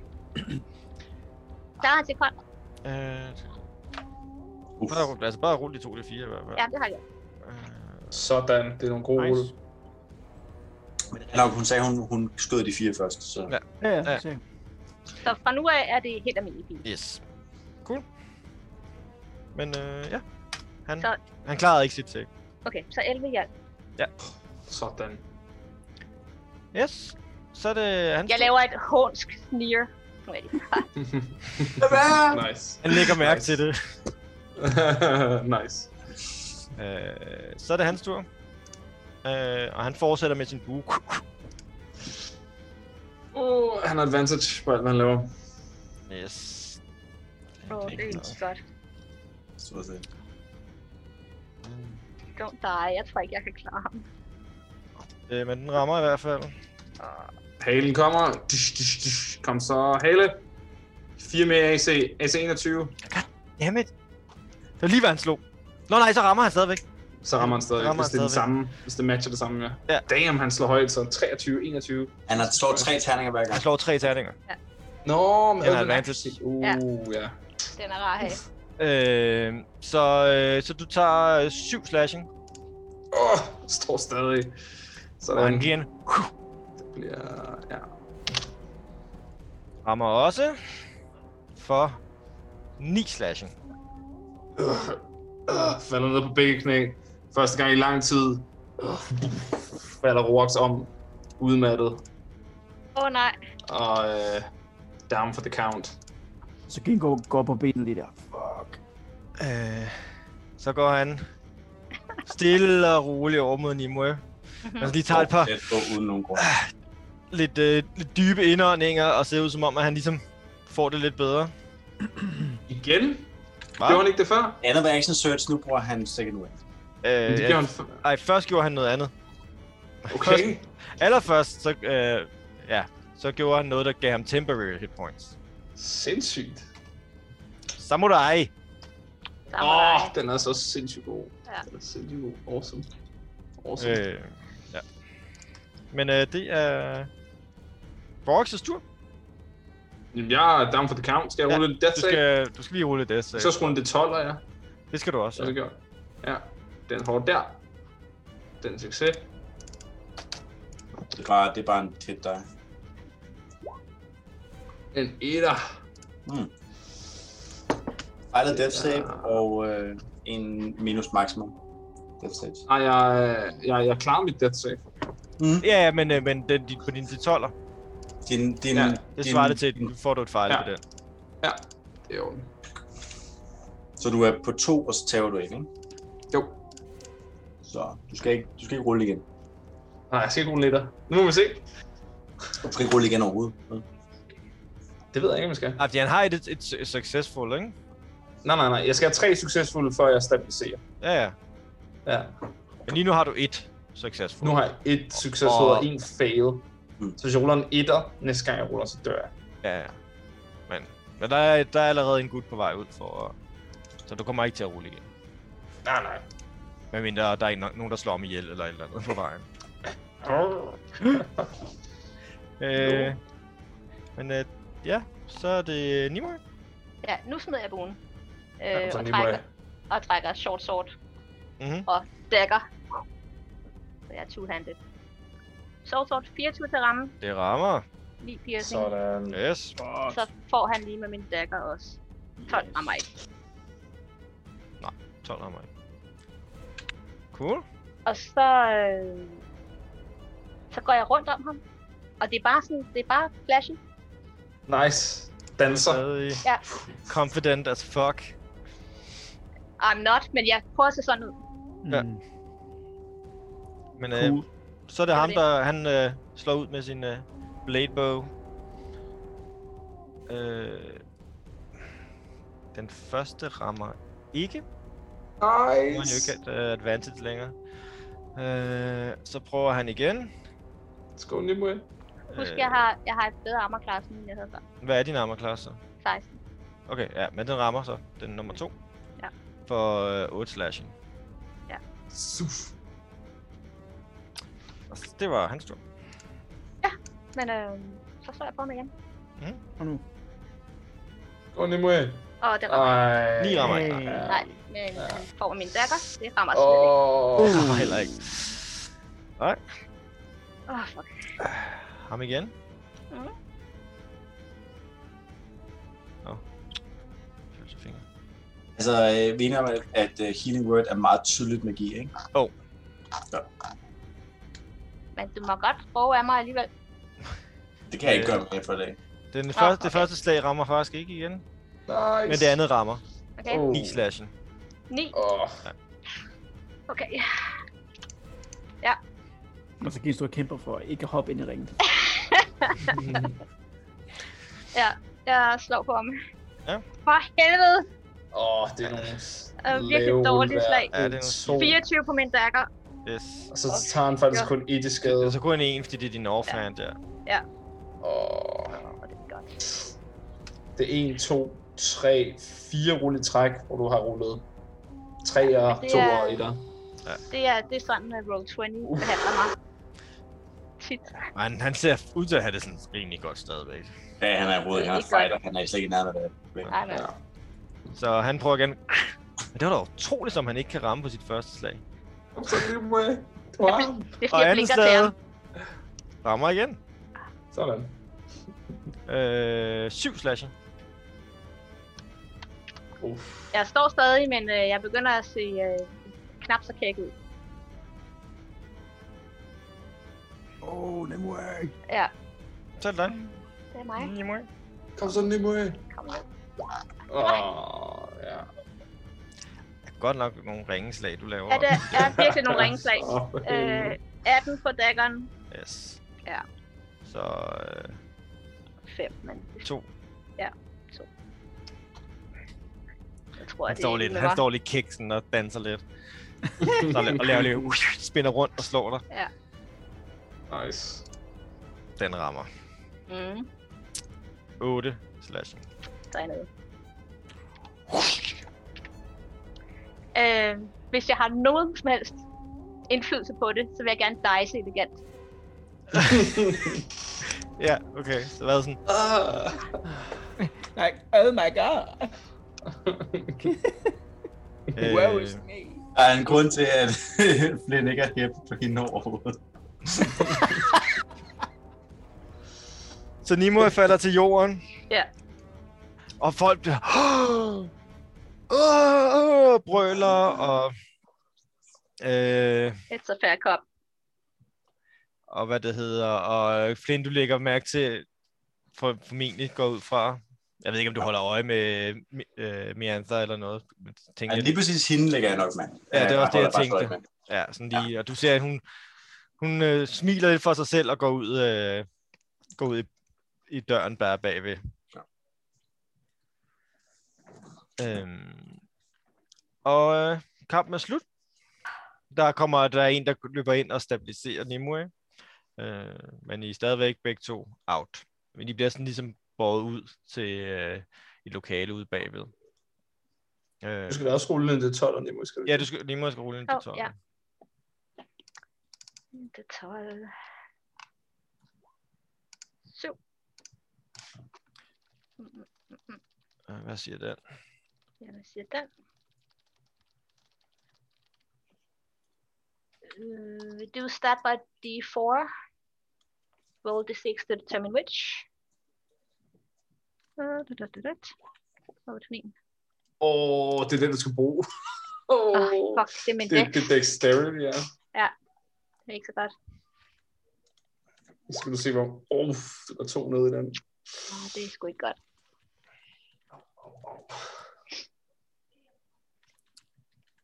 Der er en sekund. Øh, Uff. bare, rul- altså, bare rulle de to, de fire i hvert fald. Ja, det har jeg. Øh, Sådan, det er nogle gode nice. Nice. rulle. Men det er nok, hun sagde, hun, hun skød de fire først, så... Ja. Ja. Ja, Ja. ja. sikkert. Så fra nu af er det helt almindelige pile. yes. Cool. Men øh, ja. Han, Så- han klarede ikke sit save. Okay, så 11 hjælp. Sådan. Yes. Så er det hans Jeg tur. laver et hånsk sneer. Nu er de- nice. Han lægger mærke Nice. til det. nice. Øh, så er det hans tur. Øh, og han fortsætter med sin bue. Uh, han har advantage på alt, hvad han laver. Yes. Åh, det er ikke godt. Så at sige. Don't die. Jeg tror ikke, jeg kan klare ham. Øh, men den rammer i hvert fald. Halen kommer. Dysh, dysh, dysh. Kom så, hale. 4 mere AC. AC 21. Jamen. Det var lige, hvad han slog. Nå nej, så rammer han stadigvæk. Så rammer han stadig, Rammer rammer hvis det er han den samme, hvis det matcher det samme med. Ja. Ja. Damn, han slår højt, så 23, 21. Han har slået tre terninger hver Han gang. slår tre terninger. Nå, men Den er advantage. Uh, Ja. ja. ja. Den er rar at have. Øh, så, øh, så du tager øh, syv slashing. Åh, oh, står stadig. Og han Sådan. giver en Det bliver, ja. rammer også. For 9 slashing. Øh, øh, falder ned på begge knæ. Første gang i lang tid. Øh, falder Roax om. Udmattet. Åh oh, nej. Og øh, down for the count. Så Gingo går på benet lige der. Fuck. Øh, så går han stille og roligt over mod Nimue. Han lige tager et par Tæt på, uden nogen grund. lidt, øh, lidt dybe indåndinger og ser ud som om, at han ligesom får det lidt bedre. Igen? Gjorde han ikke det før? Andet var action search, nu bruger han second wind. Øh, Men det gjorde han før. Ej, først gjorde han noget andet. Okay. Allerførst, så, øh, ja, så gjorde han noget, der gav ham temporary hit points. Sindssygt. Samurai! Åh, Åh, oh, den er så sindssygt god. Ja. Den er sindssygt god. Awesome. Awesome. Øh. Øh, ja. Men øh, det er... Borgs' tur. Jamen, jeg er down for the count. Skal jeg Ja, rulle en death Du save? Skal... skal, du skal lige rulle det, så. Altså, Så Altså- skulle det 12, ja. Det skal du Så også. er Ja. det gjort. Ja. Den hårde der. Den er en succes. Det er bare, det er bare en tæt dig. En etter. Hmm. Fejlet death save og øh, en minus maximum. Death save. Nej, jeg, øh, jeg, jeg klarer mit death save. Ja, ja, men, øh, men den, din, på din til 12'er, Din, din, Ja, det din, svarer det til, at nu får du et fejl ja. Ja. på den. Ja, det er ordentligt. Så du er på to, og så tager du ikke, ikke? Jo. Så du skal ikke, du skal ikke rulle igen. Nej, jeg skal ikke rulle etter. Nu må vi se. Du skal ikke rulle igen overhovedet. Det ved jeg ikke, om jeg skal. Ej, fordi han har et, et, et, et successful, ikke? Nej, nej, nej. Jeg skal have tre succesfulde, før jeg stabiliserer. Ja, ja. Ja. Men lige nu har du et successful. Nu har jeg et succesfuldt og en fail. Mm. Så hvis jeg ruller en etter, næste gang jeg ruller, så dør jeg. Ja, ja. Men, men der, er, der er allerede en gut på vej ud for... at- Så du kommer ikke til at rulle igen. Nej, nej. Men der, der er en, nogen, der slår ham ihjel eller et eller andet på vejen. Øh, men øh, ja, så er det øh, Nimue. Ja, nu smider jeg buen. Øh, Ja, så og, lige må trækker, jeg- og trækker short sword Mhm. og dagger. Så jeg er two-handed. Short sword 24 til ramme, Det rammer. 9 piercing. Så, Sådan. Yes. Fuck. så får han lige med min dagger også. Ah, 12 rammer ikke. 12 rammer ikke. Cool. Og så, øh, så går jeg rundt om ham. Og det er bare sådan, det er bare flashy. Nice. Danser. Stadig Ja. confident as fuck. I'm not, men jeg prøver at se sådan ud. Ja. Mm, Men øh, cool. så er det var ham, det. der han øh, slår ud med sin øh, blade bow. Øh, den første rammer ikke. Nu har han jo Nice. ikke et øh, advantage længere. Øh, så prøver han igen. Skål, Nimue. Husk, Øh, jeg har, jeg har et bedre armor class, end jeg havde før. Hvad er din armor class så? 16. Okay, ja, men den rammer så. Den er nummer to. Ja. For øh, 8 slashing. Suf. Og s- det var hans tur. Men øh, så slår jeg på ham igen. Og nu. Skål, Nimue. Og Ah. det rammer. Ej. Ni rammer ikke. Hey. Ja. Nej, men han får min dagger. Det rammer slet ikke. Åh. Det rammer heller ikke. Åh, oh, fuck. Ham igen. Mhm. Nå. Følelse finger. Altså, øh, vi er enige om, at- at øh, Healing Word er meget tydeligt magi, ikke? Men du må godt prøve af mig alligevel. Det kan jeg ikke Øh. gøre mere for i dag. Den Nå, første, Det okay. første slag rammer faktisk ikke igen, Nice. men det andet rammer. Okay? Åh. 9 slashen. 9. Åh. Okay. Og så Gingo kæmper for ikke at hoppe ind i ringen. Ja, jeg slår på ham. Ja. For helvede! Åh, det er nogle Øh, virkelig lave dårlige rullevær. slag. En Ja, det er to. 24 på min dagger. Yes. Og så tager han faktisk Ja. kun et i skade. Det er så kun en, fordi det er din offhand der. Og Åh, det er godt. det er 1, 2, 3, 4 rulle i træk, hvor du har rullet 3 og det 2 er- og 1. Det er, det er sådan, at Roll20 behandler mig. Tit. Men han ser ud til at have det sådan rimelig godt stadigvæk. Ja, han er rodet, han er Ikke fighter, han er slet ikke i nærheden af det. Nej, nej. Ja. Så han prøver igen. Men det var da utroligt, som han ikke kan ramme på sit første slag. Så det må jeg... Det Wow. er Og fordi, jeg andet blinker til ham. sted rammer igen. Sådan. Øh, syv slasher. Uff. Jeg står stadig, men øh, jeg begynder at se øh, knap så kæk ud. Oh, Nimue. Ja, Så er det dig. det er mig. Nimue. Kom så, Nimue. Kom on. Åh, ja. Det er Godt nok nogle ringeslag, du laver. Er det er virkelig nogle ringeslag? Åh, for helvede. Øh, 18 på daggeren. Yes. Ja. Så øh, 5, men to. jeg tror, Han det er står, ikke lidt, med han mig. står lidt kiksen og danser lidt. Så la- og laver lige, spinner rundt og slår dig. Nice. Den rammer. Mm, 8 slashing. der er noget. Øh, hvis jeg har nogen som helst indflydelse på det, så vil jeg gerne dice elegant. Ja, okay. Så hvad er sådan? Ah. Like, oh my god. Where Øh, is me? Der er en grund til, at Flynn ikke er hæppe på hende overhovedet. så Nimue falder til jorden. Ja. Og folk bliver... Åh, brøler og... Øh, It's a fair cop. og hvad det hedder, og øh, Flynn, du lægger mærke til, for, formentlig går ud fra, jeg ved ikke, om du holder øje med øh, Miantha eller noget, men tænker Ja, jeg, lige præcis hende lægger jeg nok, mand. Ja, det er også det, jeg holder bare tænkte. øje med. ja, sådan lige, og du ser, at hun, hun øh, smiler lidt for sig selv og går ud, øh, går ud i, i døren bare bagved. Ja. Øhm, og øh, kampen er slut. Der kommer der er en, der løber ind og stabiliserer Nimue. Øh, men I er stadigvæk begge to out. Men I bliver sådan ligesom båret ud til øh, et lokale ude bagved. Øh, Du skal da også rulle ned til 12, Nimue. Skal ja, du skal, Nimue skal rulle ind på Åh, 12. ja. Det er 12. 7. Øh, Hvad siger den? Jeg vil sige den. Uh, we do start by d4. Roll d6 to determine which. Uh, da, da, da, da. Hvad var det for en? Åh, det er den, du skal bruge. Åh, Åh, fuck, det er min det, dex. det er dexterity, ja. Det er ikke så godt. Nu skal du se, hvor... Åh, oh, der var to nede i den. Oh, det er sgu ikke godt.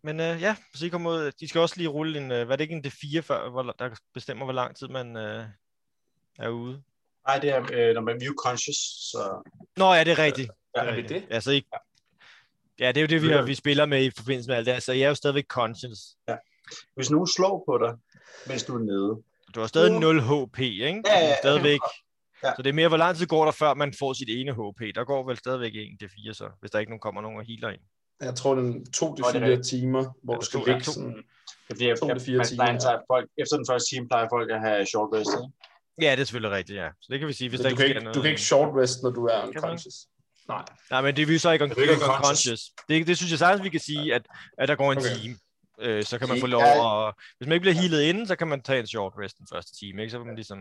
Men øh, ja, så I kommer ud. De skal også lige rulle en, øh, var det ikke en D4, før, hvor, der bestemmer, hvor lang tid man øh, er ude? Nej, det er, øh, når man er conscious, så... Nå ja, det er rigtigt. Ja, er er vi rigtigt. det? Ja, så I, ja, det er jo det, vi, Ja. vi spiller med i forbindelse med alt det her, så jeg er jo stadigvæk conscious. Hvis nogen slår på dig, mens du er nede, Du har stadig Uh. 0 HP, ikke? Ja, ja, ja. Stadigvæk. Ja. Så det er mere, hvor lang tid går der, før man får sit ene HP. Der går vel stadigvæk en D4 så, hvis der ikke nogen kommer nogen og healer en. Jeg tror, det er to til Nå, det er fire timer, hvor Ja, du det skal er to- lægge ja, to. sådan... det er fordi, jeg, To til jeg, fire man timer. plejer, at folk, efter den første time plejer folk at have short rest. ikke? Ja, det er selvfølgelig rigtigt, ja. Så det kan vi sige, hvis Men der du, ikke kan sker ikke, noget. du kan ikke short rest, når du er man ikke. unconscious. Nej. Nej, men det er vi så ikke Det er ikke unconscious. unconscious. unconscious. Det, det synes jeg sagtens, vi kan sige, at, at der går en Okay. okay. time. Øh, så kan man få Ja. lov at... Hvis man ikke bliver healet inden, så kan man tage en short rest den første time. Ikke? Så vil man ligesom...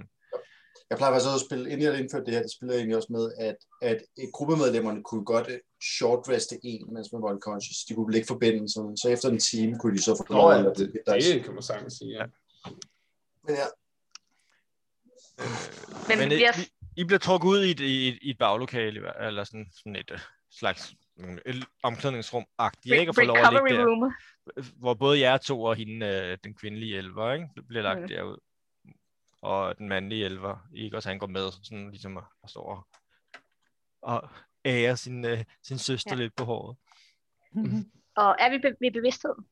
Jeg plejer faktisk også at spille, inden jeg indførte det her, det spillede jeg egentlig også med, at, at gruppemedlemmerne kunne godt short reste en, mens man var unconscious. De kunne lægge forbindelsen, så efter en time kunne de så få Nå, ja, det, det kan man sagtens sige, ja. Men ja, Men, Men øh, men det- bliver, I bliver trukket ud i et, i et, i et baglokale, hva- eller sådan, sådan et øh, slags mm, et omklædningsrum-agtigt, ikke? Og får lov at recovery ligge der, øh, room. hvor både jer to og hende, øh, den kvindelige elver, ikke? bliver lagt Mm. derud. Og den mandlige elver, ikke også han går med, sådan ligesom og, og står og, og ærer sin, øh, sin søster Ja. lidt på håret. Og er vi be- ved bevidstheden?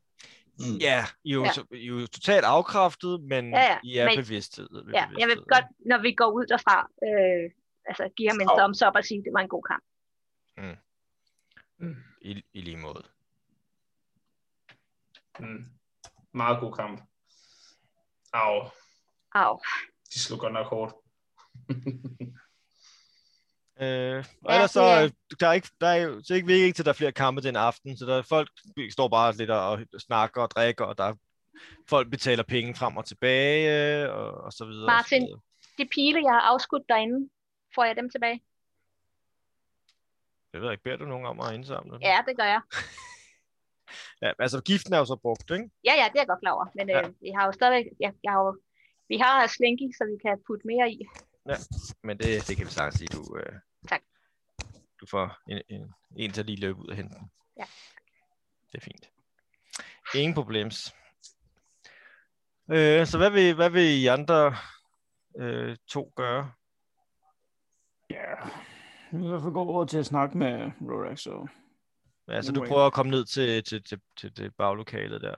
Mm. Ja, I er jo, Ja. ja. I er jo totalt afkræftet, men Ja, ja, I er men- bevidsthed. ved Ja, jeg vil bevidsthed. godt, når vi går ud derfra, øh, altså give ham en Au. thumbs up og sige, at det var en god kamp. I, I lige måde. Mm. Meget god kamp. Au, Au. de slog godt nok hårdt. Øh, og Ja, ellers så, det er- øh, der er ikke, der er jo, så ikke, virker ikke til, at der er flere kampe den aften, så der, folk står bare lidt og, og snakker og drikker, og der er, folk betaler penge frem og tilbage, øh, og, og så videre. og så Martin. videre. De pile, jeg har afskudt derinde, får jeg dem tilbage? Jeg ved ikke, beder du nogen om at indsamle dem? Ja, det gør jeg. ja. Altså, giften er jo så brugt, ikke? Ja, ja, det er jeg godt klar over. Men Ja. øh, vi har jo stadigvæk, ja, jeg har jo, vi har slinky, så vi kan putte mere i. Men det, det kan vi sagtens sige, du... Øh, Tak. Du får en, en, en til at lige løbe ud og hente den. Ja. Det er fint. Ingen problems. Øh, så hvad vil, hvad vil I andre øh, to gøre? Ja. Nu vil jeg få god råd til at snakke med Rorax og... Altså, Nu du må jeg- prøver at komme ned til, til, til, til det baglokale der.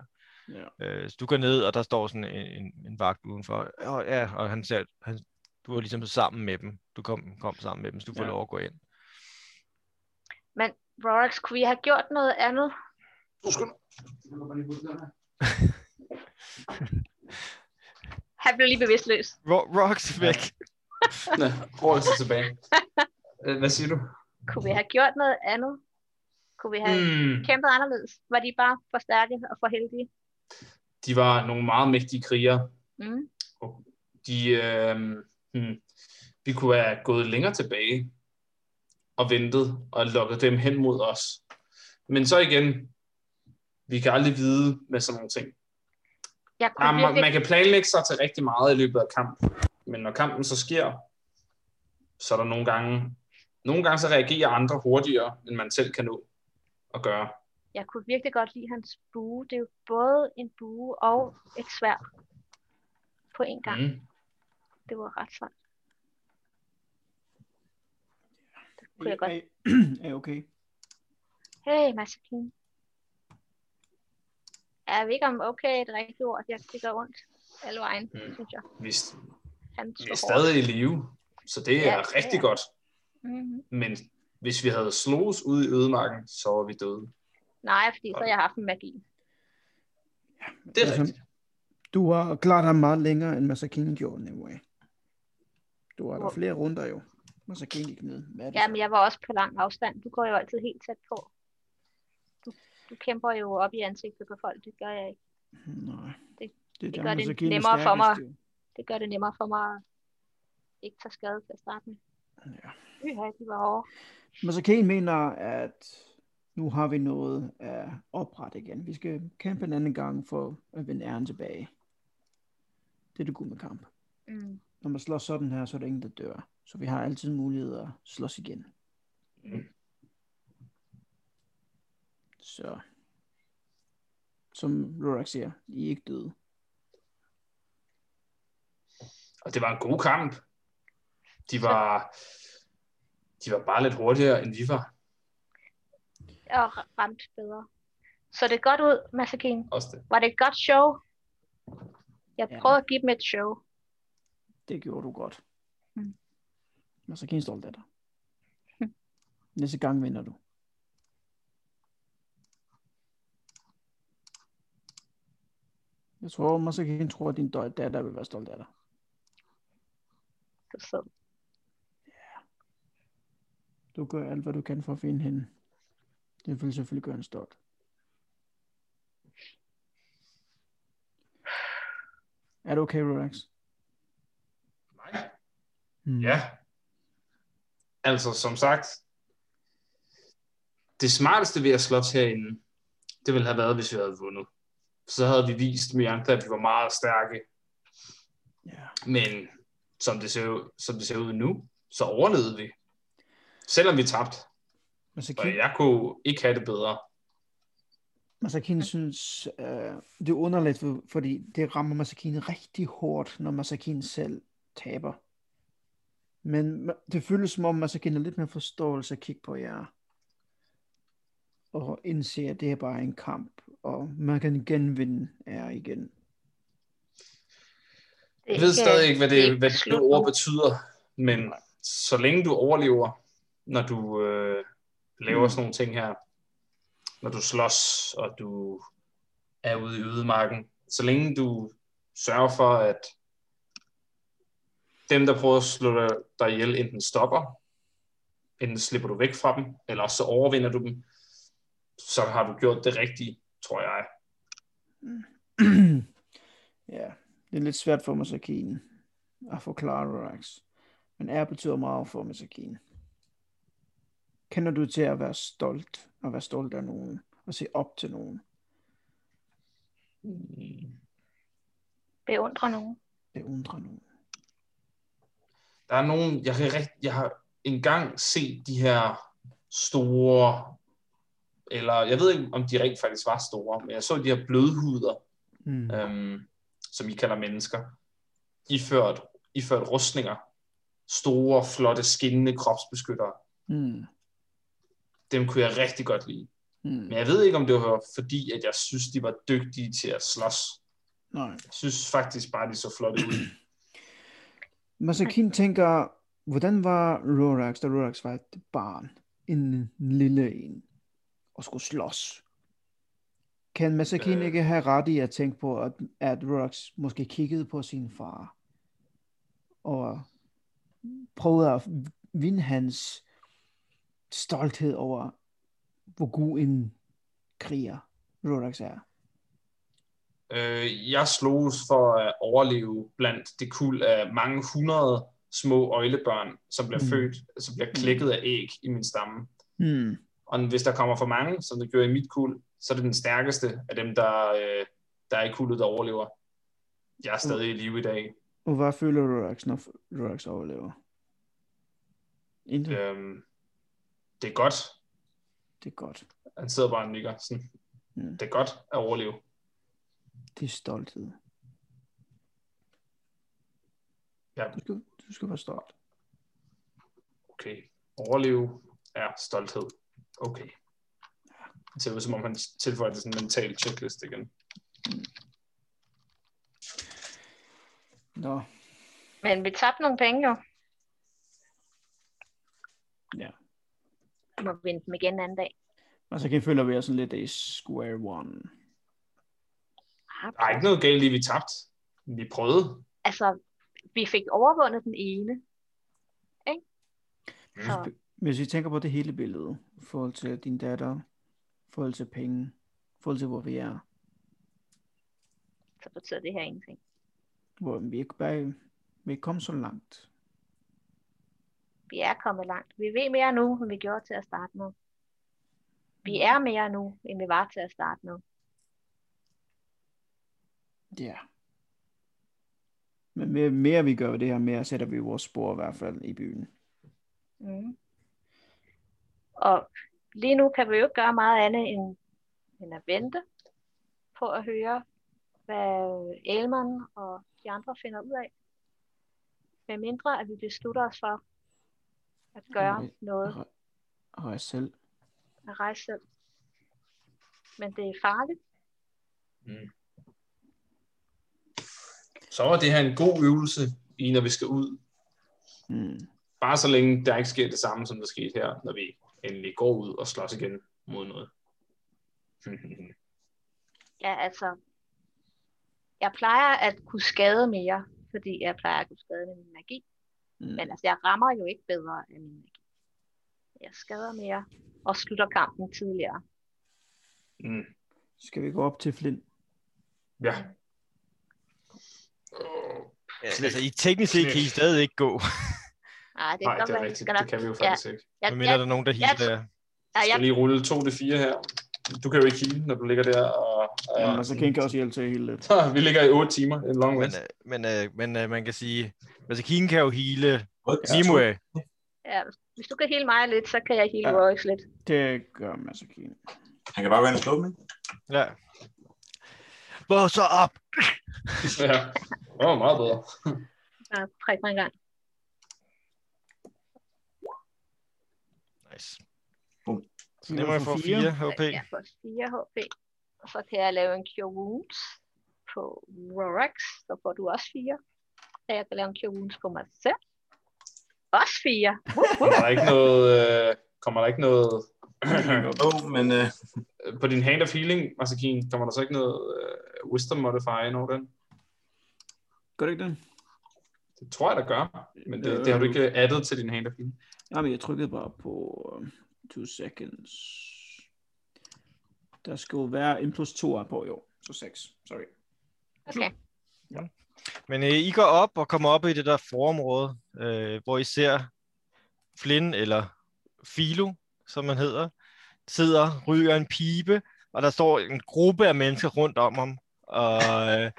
Ja. Øh, så du går ned, og der står sådan en, en, en vagt udenfor. Og, ja, og han ser, han, du er ligesom sammen med dem. Du kom, kom sammen med dem, så du får Ja. lov at gå ind. Rorax, kunne vi have gjort noget andet? Han blev lige bevidstløs. Ro- Rocks væk. Nå, prøv at tage tilbage. Øh, Hvad siger du? Kunne vi have gjort noget andet? Kunne vi Hmm. have mm. Mm. kæmpet anderledes? Var de bare for stærke og for heldige? De var nogle meget mægtige krigere. Mm. De, øh, hmm, vi kunne have gået længere tilbage og ventet og lukket dem hen mod os. Men så igen, vi kan aldrig vide med sådan nogle ting. Jeg kunne Ja, man, virkelig... man kan planlægge sig til rigtig meget i løbet af kamp, men når kampen så sker, så er der nogle gange, nogle gange så reagerer andre hurtigere, end man selv kan nå at gøre. Jeg kunne virkelig godt lide hans bue. Det er jo både en bue og et svær på en gang. Mm. Mm. Det var ret svært. Det kunne Er, jeg godt. er, er I okay? Hey, Masakine. Jeg ved ikke om okay er det rigtige ord. Jeg, det gør ondt alle vejen, Mm. mm. synes jeg. Vi, Han vi står er hårdt. stadig i live, så det er Ja, ja, rigtig ja. ja. godt. Mm-hmm. Men hvis vi havde slået ud i ødemarken, så var vi døde. Nej, fordi så har jeg haft en magi. Det er rigtigt. Du har klaret dig meget længere, end Masakine gjorde, anyway. Du har der Hvor- flere runder, jo. Masakine gik ned. Hvad er det Jamen, så? jeg var også på lang afstand. Du går jo altid helt tæt på. Du, du kæmper jo op i ansigtet på folk. Det gør jeg ikke. Nej. Det- det, det der gør det Masakine er nemmere for mig. stærkest, jo. Det gør det nemmere for mig at ikke tage skade til at starte med. Ja. Uha, de var hårde. Masakine mener, at nu har vi noget at oprette igen. Vi skal kæmpe en anden gang for at vende æren tilbage. Det er det gode med kamp. Mm. Når man slår sådan her, så er der ingen, der dør. Så vi har altid mulighed at slås igen. Mm. Så. Som Lorax siger, I er ikke døde. Og det var en god kamp. De var, de var bare lidt hurtigere, end vi var. Og ra- ramt bedre. Så det er godt ud, Masakine. Også det. Var det et godt show? Jeg Ja. prøvede at give dem et show. Det gjorde du godt. Mm. Men så kan jeg stolt af dig. Hm. Næste gang vinder du. Jeg tror, man så kan tro, at din dø- datter vil være stolt af dig. Du er sød. Du gør alt, hvad du kan for at finde hende. Det vil selvfølgelig gøre hende stolt. Er du okay, Rolex? Nej. Mm. Ja. Altså, som sagt, det smarteste ved at slås herinde, det ville have været, hvis vi havde vundet. Så havde vi vist med andre, at vi var meget stærke. ja. Men som det ser, ud- som det ser ud nu, så overlevede vi. Selvom vi tabte. Men så Og kan, jeg kunne ikke have det bedre. Masakine synes, øh, det er underligt, for- fordi det rammer Masakine rigtig hårdt, når Masakine selv taber. Men ma- det føles som om Masakine har lidt mere forståelse at kigge på jer. og indse, at det her bare er en kamp, og man kan genvinde er igen. Det Jeg ved ikke- stadig ikke, hvad det, ikke hvad det slut ord nu. betyder, men så længe du overlever, når du øh, laver Mm. sådan nogle ting her, når du slås, og du er ude i ydemarken, så længe du sørger for, at dem, der prøver at slå dig, dig ihjel, enten stopper, enten slipper du væk fra dem, eller også så overvinder du dem, så har du gjort det rigtige, tror jeg. ja, det er lidt svært for Masakine at forklare Rorax. Men er betyder meget for Masakine. Kender du til at være stolt, og være stolt af nogen, og se op til nogen? Mm. Beundre nogen. Beundre nogen. Der er nogen, jeg, kan rigt, jeg har engang set de her store, eller jeg ved ikke, om de rent faktisk var store, men jeg så de her blødhuder, Mm. øhm, som I kalder mennesker, iført, iført rustninger, store, flotte, skinnende kropsbeskyttere. Mm. Dem kunne jeg rigtig godt lide. Mm. Men jeg ved ikke, om det var fordi, at jeg synes, de var dygtige til at slås. Nej. Jeg synes faktisk bare, de så flotte ud. Masakin tænker, hvordan var Rorax, da Rorax var et barn, en lille en, og skulle slås? Kan Masakin Øh. øh. ikke have ret i at tænke på, at, at Rorax måske kiggede på sin far, og prøvede at vinde hans stolthed over, hvor god en kriger Rorax er? Øh, jeg slogs for at overleve blandt det kul af mange hundrede små øglebørn, som bliver Mm. mm. født, som bliver klækket af æg i min stamme. Hmm. Og hvis der kommer for mange, som det gjorde i mit kul, så er det den stærkeste af dem, der, øh, der er i kuldet, der overlever. Jeg er stadig i live i dag. Og hvad føler Rorax, når Rorax overlever? Intet. Mm. Ja. Øhm, det er godt. Det er godt. Han sidder bare og nikker. Sådan. Mm. Det er godt at overleve. Det er stolthed. Ja. Du skal, du skal være stolt. Okay. Overleve er stolthed. Okay. Det ser ud som om han tilføjer det sådan en mental checklist igen. Nå, Men vi tabte nogle penge jo. Ja. Vi må vente dem igen en anden dag. altså kan føler vi os sådan lidt i square one. Der er ikke noget galt i, at vi tabte. Vi prøvede. Altså, vi fik overvundet den ene. Ikke? Mm. Så, Hvis vi tænker på det hele billede, i forhold til din datter, i forhold til penge, i forhold til hvor vi er, så betyder det her ingenting. hvor vi ikke bare vi ikke kom så langt. Vi er kommet langt. Vi ved mere nu, end vi gjorde til at starte med. Vi er mere nu, end vi var til at starte med. Ja. Yeah. Men mere, mere vi gør ved det her, mere sætter vi vores spor i hvert fald i byen. Mm. Og lige nu kan vi jo ikke gøre meget andet end, end at vente på at høre, hvad Elman og de andre finder ud af. Med mindre, at vi beslutter os for at gøre Okay. noget Og, og jeg selv. at rejse selv. Men det er farligt. Så var det her en god øvelse i, når vi skal ud. Mm. Bare så længe der ikke sker det samme, som der skete her, når vi endelig går ud og slås igen mod noget. Ja, altså, jeg plejer at kunne skade mere, fordi jeg plejer at kunne skade med min magi. Mm. Men altså, jeg rammer jo ikke bedre af min magi. Jeg skader mere og slutter kampen tidligere. mm. Skal vi gå op til Flint? Ja. Ja, altså, I teknisk set kan I stadig ikke gå. Ej, det, kan Nej, godt det er være, rigtigt. jeg skal Det nok- kan vi jo faktisk ikke. Jeg, Men jeg, mindre der er nogen, der jeg- hiler jer. jeg, Jeg jeg, skal lige rulle 2-4 her. Du kan jo ikke heale, når du ligger der. Og, og, Ah, Ja, så altså, kan jeg også hjælpe til hele lidt. vi ligger i 8 timer. En long Men, rest. øh, men, øh, men øh, man kan sige, altså Kine kan jo hele What? Nimue. ja, hvis du kan hele mig lidt, så kan jeg hele Ja. ja. Royce lidt. Det gør Masakine. Han kan bare gå ind og slå dem, ikke? Ja. Hvor så op? Ja. Det var meget bedre. Ja, prik mig en gang. Nice. Bum. Så det må jeg få 4 HP. Jeg får 4 HP. Og så kan jeg lave en Cure Wounds på Rorax. Så får du også 4. Så jeg kan lave en Cure Wounds på mig selv. Også 4. Kommer der ikke noget... Øh, kommer der ikke noget... Jo, men øh, på din Hand of Healing, Masakin, kommer der så ikke noget øh, Wisdom Modifier ind over den? Gør det ikke den? Det tror jeg, der gør. Men det, det har du ikke addet til din Hand of Healing. Jamen, jeg trykkede bare på 2 seconds. Der skulle være en plus 2 på i år. Så 6. Sorry. Okay. Men øh, I går op og kommer op i det der forområde, øh, hvor I ser Flynn, eller Filo, som man hedder, sidder, ryger en pibe, og der står en gruppe af mennesker rundt om ham, og, øh,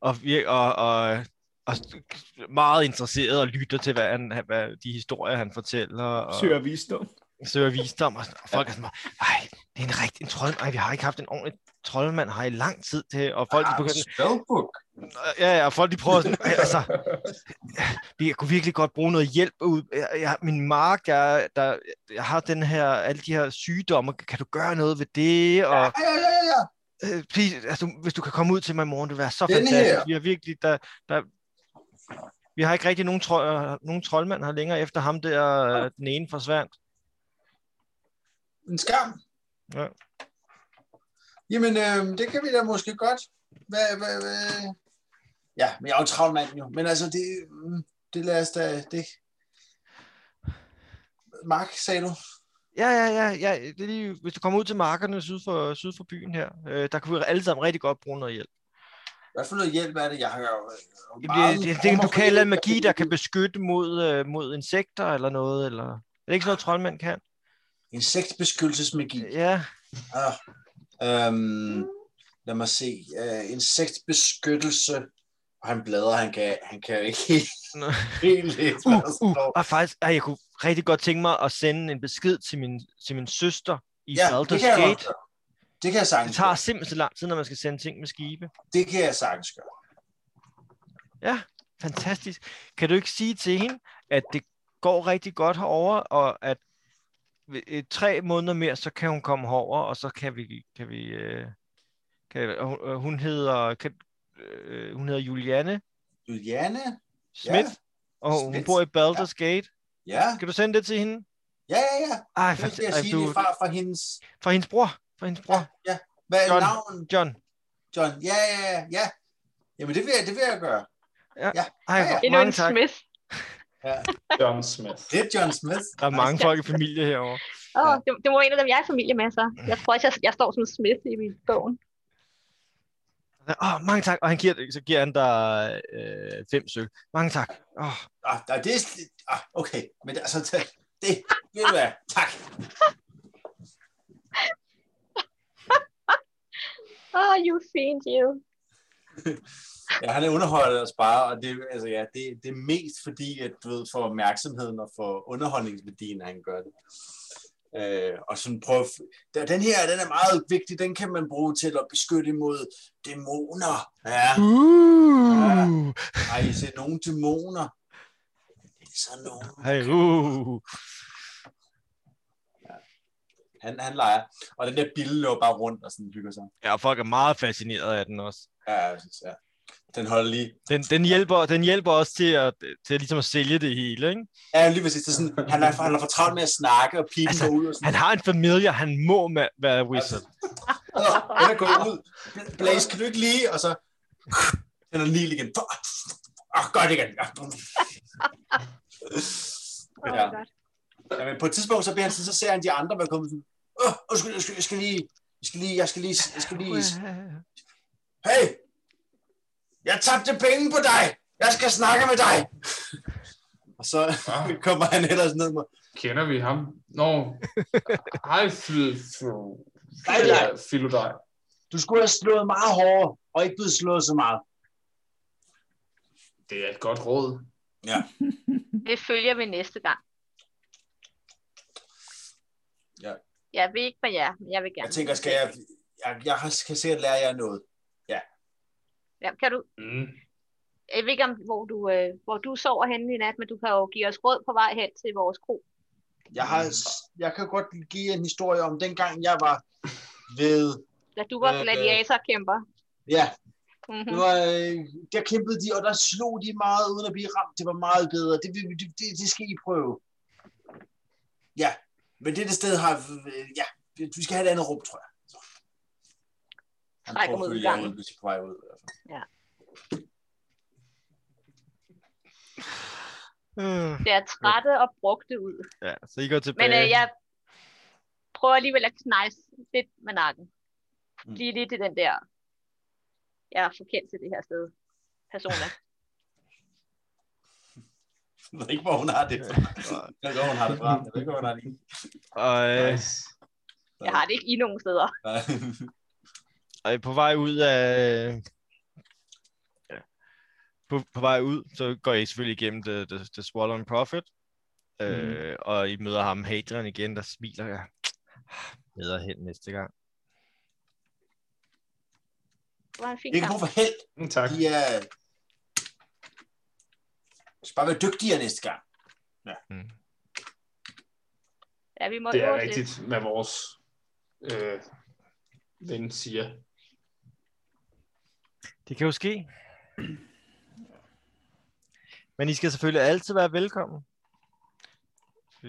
og, vir- og, og, og st- meget interesseret og lytter til, hvad, han, hvad de historier, han fortæller. Og, Søger visdom. søger visdom, og, sådan, og folk er sådan, bare, ej, det er en rigtig en trold, ej, vi har ikke haft en ordentlig troldmand her i lang tid til, og folk, de ah, begynder, spellbook. ja, ja, og folk, de prøver sådan, "Ej, altså, vi- jeg kunne virkelig godt bruge noget hjælp ud, jeg, jeg, min mark, jeg, der, jeg har den her, alle de her sygdomme, kan du gøre noget ved det, og Ja, ja, ja, ja. øh, please, altså, du- hvis du kan komme ud til mig i morgen, det vil være så Den her. fantastisk, vi har virkelig, der, der, vi har ikke rigtig nogen, tro, øh, nogen troldmand her længere efter ham der, øh, den ene forsvandt. En skam. Ja. Jamen, øh, det kan vi da måske godt. Hvad, hvad, hvad? Ja, men jeg er jo travl mand jo. Men altså, det, mm, det lader os da... Det. Mark, sagde du? Ja, ja, ja, ja. Det er lige, hvis du kommer ud til markerne syd for, syd for byen her, øh, der kunne vi alle sammen rigtig godt bruge noget hjælp. Hvad for noget hjælp er det? Jeg har jo Det, bliver, det, det er en lokal magi, der kan beskytte mod, øh, mod insekter eller noget. Eller... Er det ikke sådan noget, troldmænd kan? Insektbeskyttelsesmagi. Ja, Øh. Ah, øhm, lad mig se. Uh, insektbeskyttelse. Og han bladrer, han kan, han kan jo ikke helt, Nå. helt læse, hvad der uh, står. og faktisk, ej, jeg kunne rigtig godt tænke mig at sende en besked til min, til min søster i Ja, ja, det Baldur's kan jeg Gate. godt gøre. Det kan jeg Det sagtens tager gøre. simpelthen så lang tid, når man skal sende ting med skibe. Det kan jeg sagtens gøre. Fantastisk. Kan du ikke sige til hende, at det går rigtig godt herover og at ved- øh, tre måneder mere, så kan hun komme herover og så kan vi... Kan vi øh, kan, og hun- og hun, hedder, kan, øh, hun hedder Julianne Juliane? Schmidt, og hun Schmidt. bor i Baldur's Gate. Ja, Kan du sende det til hende? ja, ja. ja. Ej, Det fant- skal jeg ej sige Altså, du, lige fra, fra hendes... fra hendes bror. Fra hendes Ja, bror. ja. Hvad er John. navnet? John. John. Ja, ja, ja, ja. Jamen, det vil jeg, det vil jeg gøre. Ej, Ja, ja. hvor- Endnu mange en tak. Smith. John Smith. Det er John Smith. Der er mange folk i familie herovre. Åh, oh, det, det, var en af dem, jeg er i familie med, så. Jeg tror også, jeg, jeg står som Smith i min bogen. Åh, oh, mange tak. Og han giver, så giver han dig øh, fem søg. Mange tak. Oh, Ah, der, det er... sli- Ah, okay. Men det, altså, det, det ved du hvad. Tak. Oh, you fiend, you. Ja, han er underholdet og sparer, og det, altså, ja, det, det er mest fordi, at du ved, for opmærksomheden og for underholdningsværdien, han gør det. Øh, og sådan prøv, at f- der, den her, den er meget vigtig, den kan man bruge til at beskytte imod dæmoner. Ja, Uh. har I set nogle dæmoner? Det er sådan nogle. Hey, uh. Han, han leger. Og den der bille løber bare rundt og sådan hygger sig. Ja, og folk er meget fascineret af den også. Ja, jeg synes, ja. Den holder lige. Den, den, hjælper, den hjælper også til at, til at, ligesom at sælge det hele, ikke? Ja, lige præcis. Det er sådan, han er, han er for travlt med at snakke og pipe Altså, altså, ud og sådan. Han har en familie, han må ma- være wizard. Nå, den er gået ud. Blaze, kan du ikke lige? Og så... Den er lige igen. Åh, godt igen. Oh, Ja. ja. God. Ja, men på et tidspunkt, så, bliver han, sådan- så ser han de andre være kommet sådan... Åh, undskyld, undskyld, jeg skal lige... Jeg skal lige... Jeg skal lige... Jeg skal lige... Hey! Jeg tabte penge på dig! Jeg skal snakke med dig! Og så kommer han ellers ned med... Ah, Kender vi ham? Nå, hej, Fil... Fil- Hej, Leif. Filodej. Du skulle have slået meget hårdere, og ikke blevet slået så meget. Det er et godt råd. Det følger vi næste gang. Ja. Jeg ved ikke, hvad jeg er, men jeg vil gerne. Jeg tænker, skal jeg... Jeg, jeg har- kan sikkert lære jer noget. Ja, kan du, Mm. jeg ved ikke, om, hvor, du, øh, hvor du sover henne i nat, men du kan jo give os råd på vej hen til vores kro. Jeg, har, jeg kan godt give en historie om dengang jeg var ved... Da du var Øh, øh. gladiatorkæmper. Ja, Mhm. det var, øh, der kæmpede de, og der slog de meget uden at blive ramt. Det var meget bedre. Det, vil- det, det, det skal I prøve. Ja, men det sted har... øh, Ja, vi skal have et andet rum, tror jeg. Så. Han Trækker prøver at mod følge jer udgangen. ud, hvis I er på vej ud. i hvert fald. Øh, Ser trætte og brugte ud. ja, så I går tilbage. Men øh, jeg prøver alligevel at knejse lidt med nakken. Mm. Lige lidt til den der, jeg er forkendt til det her sted. Persona. Jeg ved ikke, hvor hun har det fra. Jeg ved ikke, hvor hun har det fra. Jeg ved ikke, hvor hun har det i. Og, øh, Nice. Jeg har det ikke i nogen steder. Nej. og I er på vej ud af... Ja. På, på vej ud, så går I selvfølgelig igennem The, the, the Swollen Prophet. Øh, og I møder ham, Hadrian, igen, der smiler. Ja. Bedre hen næste gang. Det var en fin Ikke kamp. brug for held. Mm, Tak. De er... De skal bare være dygtigere næste gang. Ja, vi må Det er øve os lidt. rigtigt, hvad vores øh, ven siger. Det kan jo ske. Men I skal selvfølgelig altid være velkommen.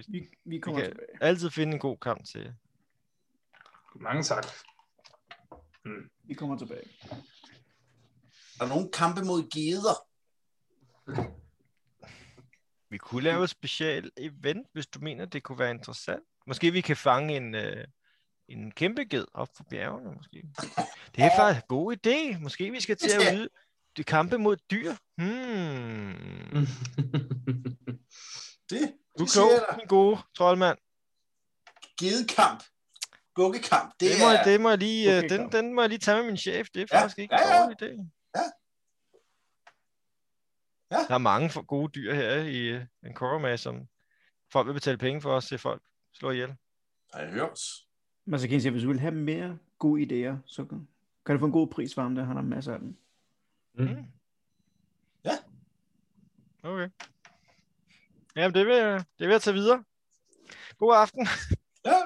Vi, vi kommer kan- tilbage. Altid finde en god kamp til jer. Mange tak. Vi kommer tilbage. Der er nogle kampe mod geder. Vi kunne lave et specielt event, hvis du mener, det kunne være interessant. Måske vi kan fange en, øh, en kæmpe ged op for bjergene, måske. Det er faktisk en god idé. Måske vi skal til at ude det kampe mod dyr. Hmm. Det, Du det er siger jeg klog, dig. min gode troldmand. Gedekamp. Bukkekamp. Det, Det, må, er... jeg- det må jeg lige, Okay, okay, den, kom. den må jeg lige tage med min chef. Det er Ja, faktisk ikke ja, ja. en dårlig idé. Ja. Ja. Der er mange for gode dyr her i øh, en koroma, som folk vil betale penge for os til folk slår ihjel. Har jeg hørt? Men så kan jeg sige, hvis du vil have mere gode idéer, så kan- kan du få en god pris for ham, der han har masser af dem. Mm. Okay. Jamen, det vil, jeg- det vil jeg tage videre. God aften. Ja.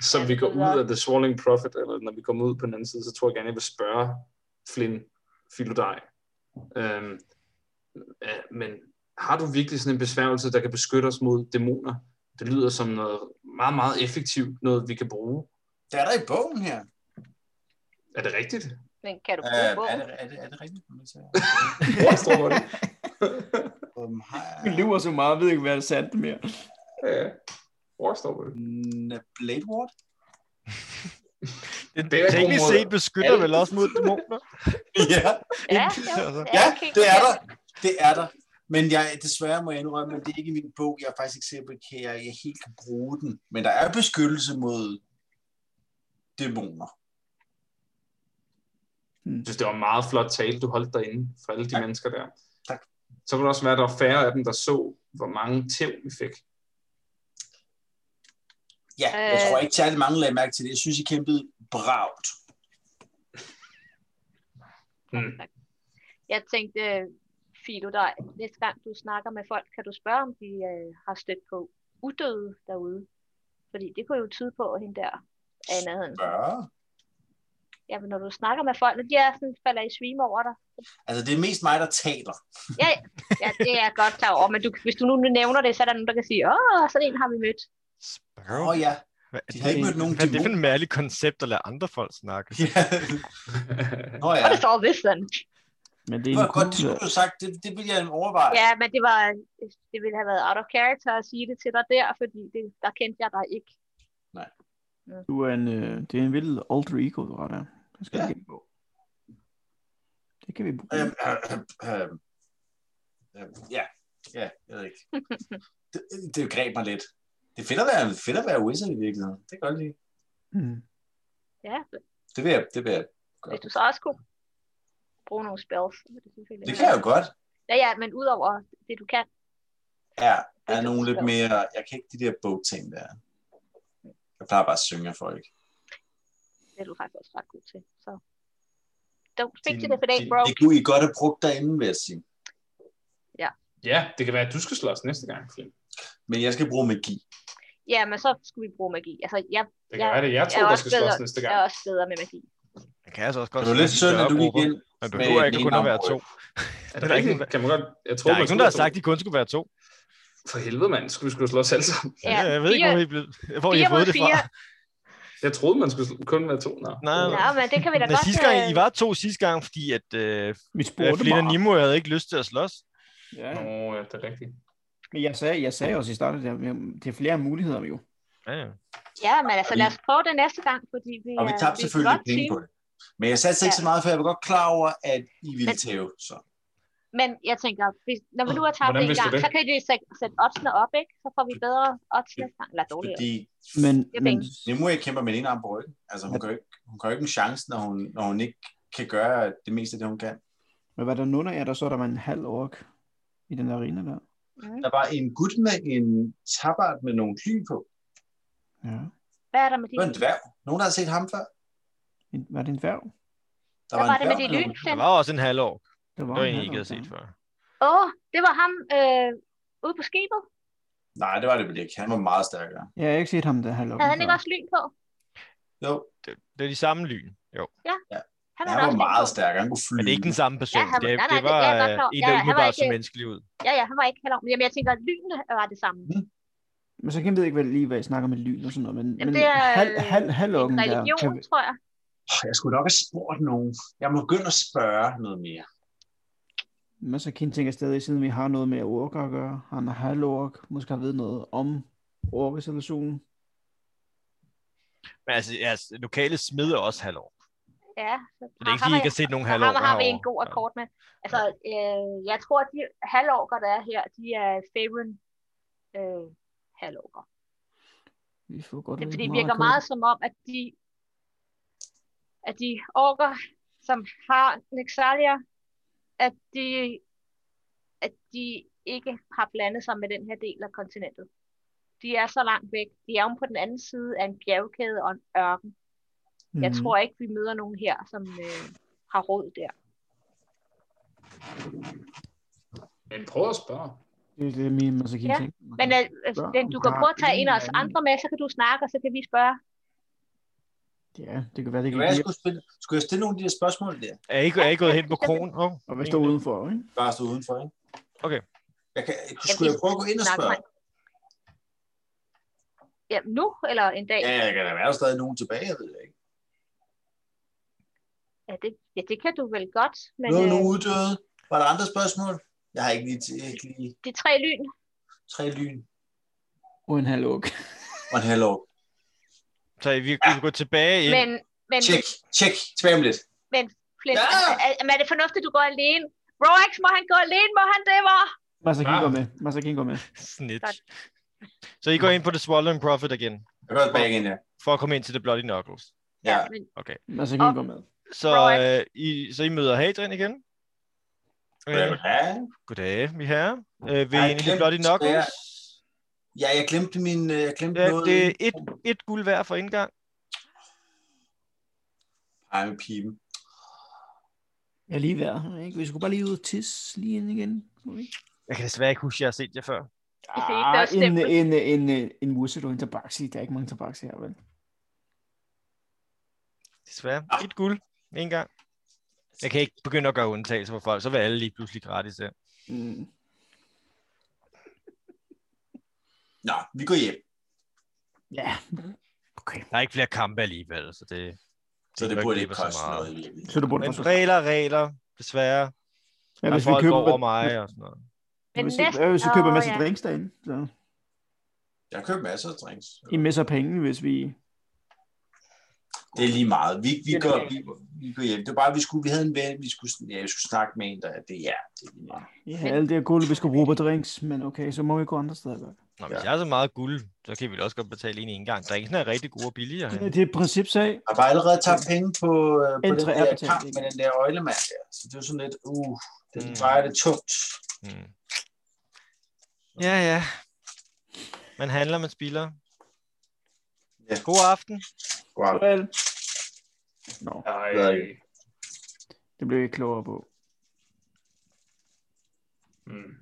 Som vi går ud af The Swallowing Prophet, eller når vi kommer ud på den anden side, så tror jeg gerne, jeg vil spørge Flynn Philodej. Øhm, øh, men har du virkelig sådan en besværgelse, der kan beskytte os mod dæmoner? Det lyder som noget meget, meget effektivt, noget vi kan bruge. Det er der i bogen her. Er det rigtigt? Men kan du bruge Øh, bogen? er, det, er, det, er det rigtigt? hvad man siger? Hvor står på det? Øhm, har Vi jeg... lever så meget, jeg ved ikke, hvad der er sandt mere. Ja. Hvor står på det? Mm, Blade Ward? Den Det er teknisk god måde. set beskytter Alt. vel også mod dæmoner. Ja, Ja, altså. det ja, okay. det er der. Det er der. Men jeg, desværre må jeg indrømme, at det er ikke min bog. Jeg er faktisk ikke sikker på, at jeg, jeg helt kan bruge den. Men der er beskyttelse mod dæmoner. Hmm. Jeg synes, det var en meget flot tale, du holdt derinde for alle de Tak. mennesker der. Tak. Så kunne det også være, at der var færre af dem, der så, hvor mange tæv vi fik. Ja, jeg Øh. tror ikke særlig mange lagde mærke til det. Jeg synes, I kæmpede bravt. Mm. Jeg tænkte, øh, Fido, dig, næste gang du snakker med folk, kan du spørge, om de øh, har stødt på udøde derude? Fordi det kunne jo tyde på, at hende der er i nærheden. Spørge. Ja, men når du snakker med folk, når de er sådan, falder i svime over dig. Altså, det er mest mig, der taler. Ja, det er jeg godt klar over, men du, hvis du nu nævner det, så er der nogen, der kan sige, åh, sådan en har vi mødt. Åh Spørg. ja. Hvad er De det, har ikke mødt nogen hvad er det for dæmoner. en mærkelig koncept at lade andre folk snakke? Ja. Nå ja. What is all this then? Men det er Det en var godt, det kugle. skulle du have sagt. Det, det ville jeg overveje. Ja, men det, var, det ville have været out of character at sige det til dig der, fordi det, der kendte jeg dig ikke. Du er en, øh, det er en vild alter ego, du har der. Det skal Ja. ja. ikke på. Det kan vi bruge. Øhm, øhm, øhm, øhm, Ja, ja, jeg ved ikke. Det, det greb mig lidt. Det er fedt at være, fedt at være wizard i virkeligheden. Det kan jeg godt lide. Mm. Ja, Det vil jeg, det vil jeg. hvis du så også kunne bruge nogle spells. så ville Det, selvfølgelig Det være- kan jeg jo godt. Ja, ja, men udover det, du kan. Ja, der er nogle lidt mere, jeg kan ikke de der bogting der. Jeg plejer bare at synge af folk. Det er du faktisk også ret god til. Så don't fix Din- it if it ain't din- broke. Det kunne I godt have brugt derinde, vil jeg sige. ja, det kan være, at du skal slås næste gang, Flynn. Men jeg skal bruge magi. Ja, men så skulle vi bruge magi. Altså, jeg, Det kan Ja, være, det er jeg to, jeg er der også skal bedre- slås næste jeg gang. er også bedre med magi. Man kan altså også godt Det var lidt slås i synd, at større du gik grupper. ind. Man med behøver ikke den kun ene at være arm to. over. Er det rigtigt? Kan man godt... Der er Jeg tror, man ikke skulle nogen, der slås har sagt, at de kun skulle være to. For helvede, mand. Skulle vi skulle slås alle sammen? Ja, jeg ved ikke, fire- hvor I, blev, hvor I fire har fået mod det fra. fire. Jeg troede, man skulle sl- kun være to. Nå. Nej, Nå, men det kan vi da Men godt... sidste gang, øh, I var to sidste gang, fordi at øh, Vi øh, spurgte Flint og bare. Nimo havde ikke lyst til at slås. Ja. Nå, ja, det er rigtigt. Men jeg sagde, jeg sagde også i starten, at det er flere muligheder jo. Ja, ja. Ja, men altså, lad os prøve det næste gang, fordi vi, Og vi er- tabte er et selvfølgelig godt lidt penge team. på det. Men jeg satte ikke Ja. så meget, for jeg var godt klar over, at I ville Men- tæve. Så. Men jeg tænker, hvis, når vi nu har tabt Hvordan en vidste du gang, det? så kan vi sætte, sætte oddsene op, ikke? Så får vi bedre odds næste gang. Eller dårligere. Fordi Men, Det er men penge. Nimue kæmper med en arm på ryggen. Altså, hun kan jo ikke, hun kan jo ikke en chance, når hun, når hun ikke kan gøre det meste af det, hun kan. Men hvad der nu, når jeg der så, der var en halv ork i den arena der. Mm. Der var en gut med en tabart med nogle klyn på. Ja. Hvad er der med de Det var en dværg. Nogen, der har set ham før. En, var det en færg? Der Hvad var det med dværg de nogle- Der lynflint? var også en halv år. Der Det var en, I halv ikke havde ork, set ja. før. Åh, oh, det var ham øh, ude på skibet. Nej, det var det vel ikke. Han var meget stærkere. Jeg har ikke set ham, der halv ork. Havde han ikke også lyn på? Jo, Det, det er de samme lyn. Jo. Han han da var også lyn meget på. stærkere. Han kunne flyve. Men det er ikke den samme person. Ja, han- det, nej, nej, det det- var jeg er godt øh, klar over. en, Ja, der han var umiddelbart så ikke- menneskelig ud. Ja, ja, han var ikke heller. Jamen, jeg tænker, at lynene var det samme. Men så kan vi ikke vel lige, hvad I snakker med lyn og sådan noget. Men, Jamen, men det er øh, halv, halv, halv en orken der. religion, Kan, tror jeg. Åh, Jeg skulle nok have spurgt nogen. Jeg må begynde at spørge noget mere. men så kan tænker stadig, siden vi har noget med orker at gøre. Han er halv ork. Måske har ved noget om orkesituationen. Men altså, jeres lokale smed er også halvår. Ja, så Så det er ikke, fordi I ikke har set nogen Så halvår ham har vi en god akkord med. Altså, øh, jeg tror, at de halvårger, der er her, de er Faerun øh, halvårger. Vi får godt Det, rigtig for det virker at køre. meget som om, at de, at de orker, som har Nexalia, at de, at de ikke har blandet sig med den her del af kontinentet. De er så langt væk. De er jo på den anden side af en bjergkæde og en ørken. Jeg Mhm. tror ikke, vi møder nogen her, som øh, har råd der. Men prøv at spørge. Det er det, min Masakin Ja, tænker. Men øh, øh, Spørg, den, om du der kan er prøve at tage en en af os eller anden- andre med, så kan du snakke, og så kan vi spørge. Ja, det kan være, det Det kan var, jeg blive. skulle, stille, skulle jeg stille nogle af de der spørgsmål der? Er I, er I gået hen på kronen? Oh, Og hvad står udenfor, ikke? Bare stå udenfor, ikke? Okay. Jeg kan, skulle vi- jeg prøve at gå ind og Snakke spørge? med. Ja, nu eller en dag. Ja, jeg kan da være der er stadig nogen tilbage, jeg ved det ikke. Ja, det, ja, det kan du vel godt, men Nu er øh, nogen uddøde. Var der andre spørgsmål? Jeg har ikke lige, t- ikke lige de tre lyn, tre lyn Og en halv ork. og en halv år. så I virkelig ja. gå tilbage ind. men, men, Tjek, tjek, tilbage om lidt. Flint, Ja! er, er, er, det fornuftigt, at du går alene? Roax, må han gå alene? Må han det, var? Masakin Ah. går med. Masakin går med. Snit. Godt. Så I går ind på The Swallowing Prophet igen, Jeg går tilbage igen, ja. for at komme ind til The Bloody Knuckles. Ja, men, Masakin Og- går med. Så, Alright. øh, I, så I møder Hadrian igen. Goddag, Øh, goddag. goddag, vi herre. Øh, ved Ej, en af de kæmpe Bloody Knuckles. ja, jeg glemte min... øh, Jeg glemte Ja, noget. det er et, et guld hver for indgang. Ej, med piben. Jeg er lige værd, ikke? Vi skulle bare lige ud og tisse lige ind igen. Jeg kan desværre ikke huske, at jeg har set jer før. kan ikke være Ah, en, stempel. en, en, en, en musse, du en tabaxi. Der er ikke mange tabaxi her, vel? Desværre. Ah. Et guld. En gang. Jeg kan ikke begynde at gøre undtagelser for folk, så vil alle lige pludselig gratis der. Mm. Nå, vi går hjem. Ja, okay. Der er ikke flere kampe alligevel, så det... Så det gør burde glip af ikke så koste meget. noget. i virkeligheden. Så du burde Men forsvare. regler, regler, desværre. Ja, Ja, hvis hvis vi folk køber, over mig og sådan noget. men hvis, næste... næste, hvis vi køber Åh, en masse ja. drinks derinde, så Jeg har købt masser af drinks. I masser af penge, hvis vi... Det er lige meget. Vi, vi, Det er går, det. vi, vi går hjem. Det var bare, vi, skulle, vi havde en ven, vi skulle, ja, vi skulle snakke med en, der det er ja, det er lige meget. Ja, alt det her guld, vi skulle bruge på drinks, men okay, så må vi gå andre steder. Godt. Nå, hvis jeg har så meget guld, så kan vi da også godt betale en en gang. Drinksen er rigtig gode og billige. Det, er- det er et principsag. Jeg har bare allerede tabt penge på, øh, på den Entre er der betalt, kamp ikke? med den der øglemand der. Så det er jo sådan lidt, uh, det Mm. mm. vejer det tungt. Mm. Ja, ja. Man handler, man spiller. Ja. God aften. Wow. Vel. Nå, Ej. Nej. det blev jeg ikke klogere på. Mm.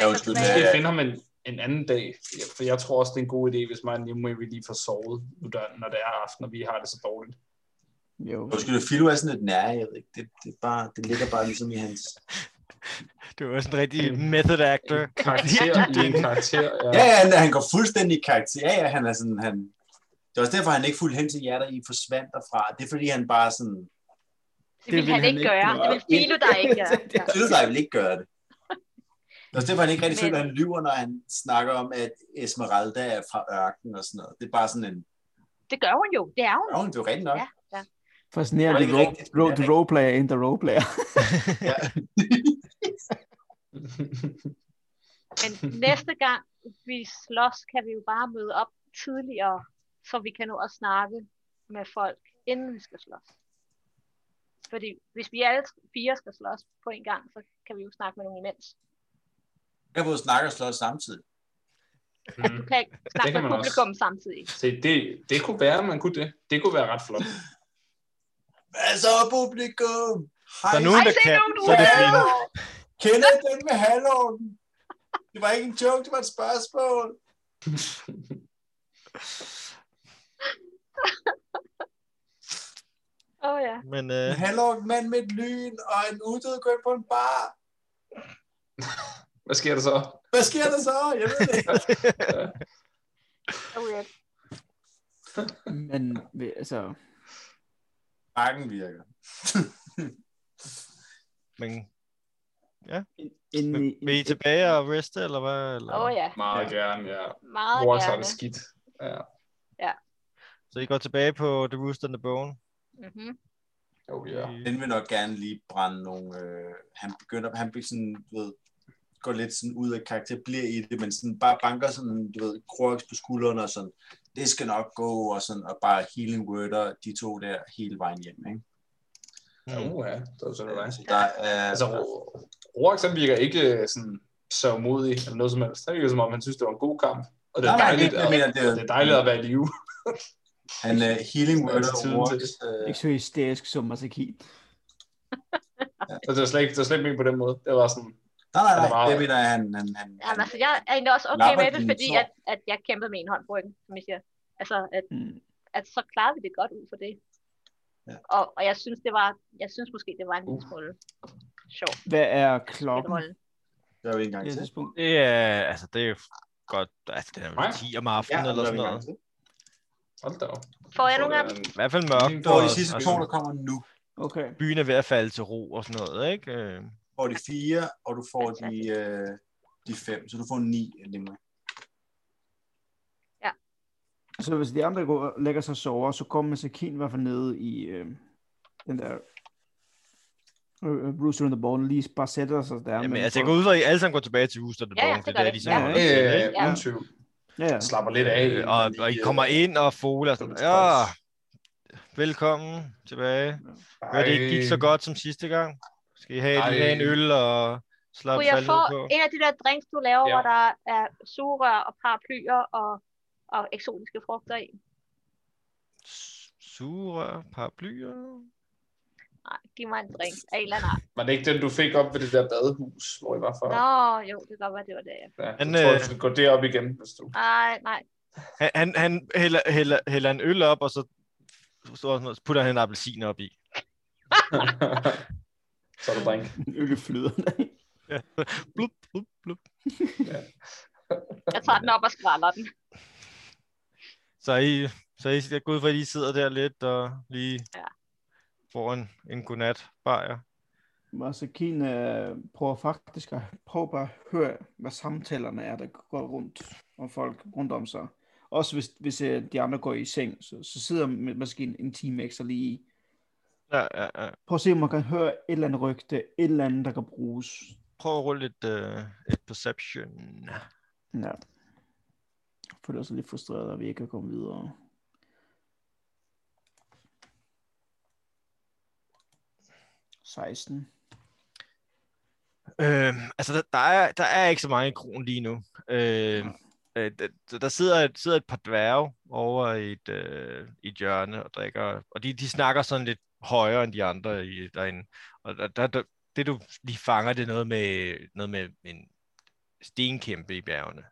Ja, undskyld, Måske Ja. finder man en anden dag. Ja, For jeg tror også, det er en god idé, hvis mig og Nimue, vi lige får sovet, nu der- når det er aften, og vi har det så dårligt. Jo. Undskyld, Filo er sådan lidt nær, jeg ved ikke. Det, det, er bare, det ligger bare ligesom i hans... Du er sådan en rigtig method actor. En karakter i en karakter. Ja, ja, han, han går fuldstændig i karakter. Ja, ja, han er sådan, han... Det er også derfor, han ikke fuldt hen til jer, der I forsvandt derfra. Det er fordi, han bare sådan... Det vil han ikke gøre. Det vil Filo der ikke gøre. Ja. Tidslej vil ikke gøre det. Det er også derfor, han ikke rigtig Men- føler, at han lyver, når han snakker om, at Esmeralda er fra ørkenen og sådan noget. Det er bare sådan en... Det gør hun jo. Det er hun. Jo, det er jo rent nok. Ja. Fascinerende Det er role, rigtigt. role, the roleplayer in the roleplayer. Men næste gang vi slås, kan vi jo bare møde op tidligere, så vi kan nå at snakke med folk, inden vi skal slås. Fordi hvis vi alle fire skal slås på en gang, så kan vi jo snakke med nogen imens. Jeg kan både snakke og slås samtidig. Du kan ikke snakke Mm. med kan man også. publikum samtidig. Se, det, det kunne være, man kunne det. Det kunne være ret flot. Hvad så, publikum? Hej, Der er nogen, Ej, der se kan, nu, nu så er det er fint. kender I den med halvorden? Det var ikke en joke, det var et spørgsmål. Åh oh, ja. Men øh, En halvorden mand med et lyn og en uddød går ind på en bar. Hvad sker der så? Hvad sker der så? Jeg ved det. ikke. Oh, ja. Men vi- altså, Marken virker. men, inden i, vil I tilbage og reste, eller hvad? Eller? Oh, ja. Meget gerne, ja. Meget Rorax har gerne. det skidt. Ja. Så I går tilbage på The Rooster and the Bone? Mm-hmm. Oh, ja. I- Den vil nok gerne lige brænde nogle... Øh, han begynder... Han bliver sådan, du ved, går lidt sådan ud af karakter, bliver i det, men sådan bare banker sådan, du ved, Kroax på skuldrene og sådan, det skal nok gå, og sådan, og bare healing worder, de to der, hele vejen hjem, ikke? Mm. Uh, ja. Det var sådan noget. Så der er... Altså, Ro- Rorax han virker ikke øh, sådan så modig eller noget som helst. Han virker som om, han synes, det var en god kamp. Og det er Nej, nej, dejligt, det- at, jeg mener, det- det er dejligt at være i live. Han uh, healing word og Altså, tiden til Rorax. i- Øh, ikke så hysterisk som Masaki. Og det var slet ikke, det var slet ikke ment på den måde. Det var sådan, nej, nej, Han er nej. meget- Det mener jeg, han... han, han, Jamen, han altså, jeg er egentlig også okay Lapper med det, dine fordi sår. at, at jeg kæmpede med en hånd på ryggen, som jeg siger. Altså, at, Mm. at så klarede vi det godt ud for det. Ja. Og, og jeg synes, det var, jeg synes måske, det var en lille Uh. smule sjov Hvad er okay. klokken? rolle. gør vi en gang Det til. er tidspunkt. Det er, altså, det er jo godt, altså, det er vel Nej. 10 om aftenen, ja, eller gør sådan vi en gang noget. til. hold da op. Får jeg Så nogle det af er dem? en- I hvert fald mørkt, Lige Hvor og er de sidste altså, to, der kommer nu. Okay. byen er ved at falde til ro og sådan noget, ikke? Øh, får de fire, og du får de, øh, de fem, så du får ni nemlig. Så hvis de andre går og lægger sig og sover, så kommer Masakin i hvert fald nede i øh, den der øh, øh, Rooster in the Bone, lige bare sætter sig der. Jamen, men altså, jeg får- går ud fra, at I alle sammen går tilbage til huset, Ja, ja, det det gør er der, vi. de så Ja. går Ja, til, ja, ikke? ja, Øh, uden tvivl. ja, ja. Slapper lidt af. Øh, og, og I kommer ind, og Fola er sådan, Lidt ja, træls. velkommen tilbage. Ej, Hør, det ikke gik så godt som sidste gang. Skal I have, Ej. lige have en øl og slappe Kunne jeg faldet få ud på? en af de der drinks, du laver, Ja. ja. hvor der er sugerør og paraplyer og, og eksotiske frugter i? Sure paraplyer? Nej, giv mig en drink af en eller anden art. Var det ikke den, du fik op ved det der badehus, hvor I var fra? Nå, jo, det kan godt være, det var det. ja. Ja, Men, jeg tror, øh, du skal gå derop igen, hvis du... Ej, nej. Han, han, han hælder, hælder, hælder en øl op, og så, så putter han en appelsin op i. så er du drink. Øl flyder. Blup, blup, blup. Jeg tager den op og skræller den. Så I, så I jeg går ud fra, at I sidder der lidt og lige Ja. ja. får en, en godnat bajer. Masakin øh, prøver faktisk at prøve bare at høre, hvad samtalerne er, der går rundt om folk rundt om sig. Også hvis, hvis øh, de andre går i seng, så, så sidder man måske en, en time ekstra lige i. Ja, ja, ja. Prøv at se, om man kan høre et eller andet rygte, et eller andet, der kan bruges. Prøv at rulle lidt, uh, et perception. Ja. Jeg føler også lidt frustreret, at vi ikke kan komme videre. Seksten. Øh, altså, der, der, er, der er ikke så mange i krogen lige nu. Øh, øh, der, der- der sidder, et- sidder et par dværge over i et, øh, i et hjørne og drikker, og de, de snakker sådan lidt højere end de andre i, derinde. Og der, der, der, det, du lige fanger, det er noget med, noget med en stenkæmpe i bjergene.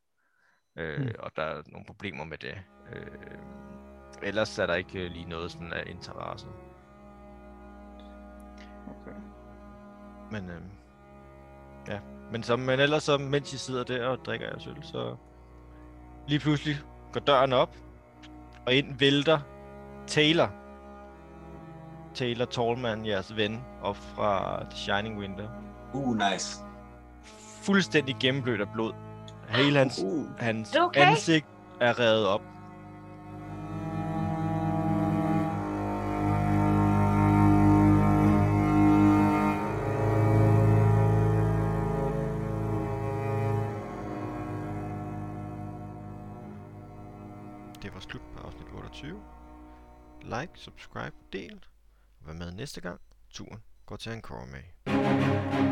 Øh, Mm. Og der er nogle problemer med det. Øh, ellers er der ikke øh, lige noget sådan af interesse. Okay. Men øh, ja, men, som, men ellers så, mens I sidder der og drikker jeres øl, så lige pludselig går døren op, og ind vælter Taylor. Taylor Tallman, jeres ven, op fra The Shining Winter. Uh, nice. Fuldstændig gennemblødt af blod. Hele hans, Uh. hans Er du okay? ansigt er revet op. Det var slut på afsnit 28. Like, subscribe, del. Vær med næste gang. Turen går til en med.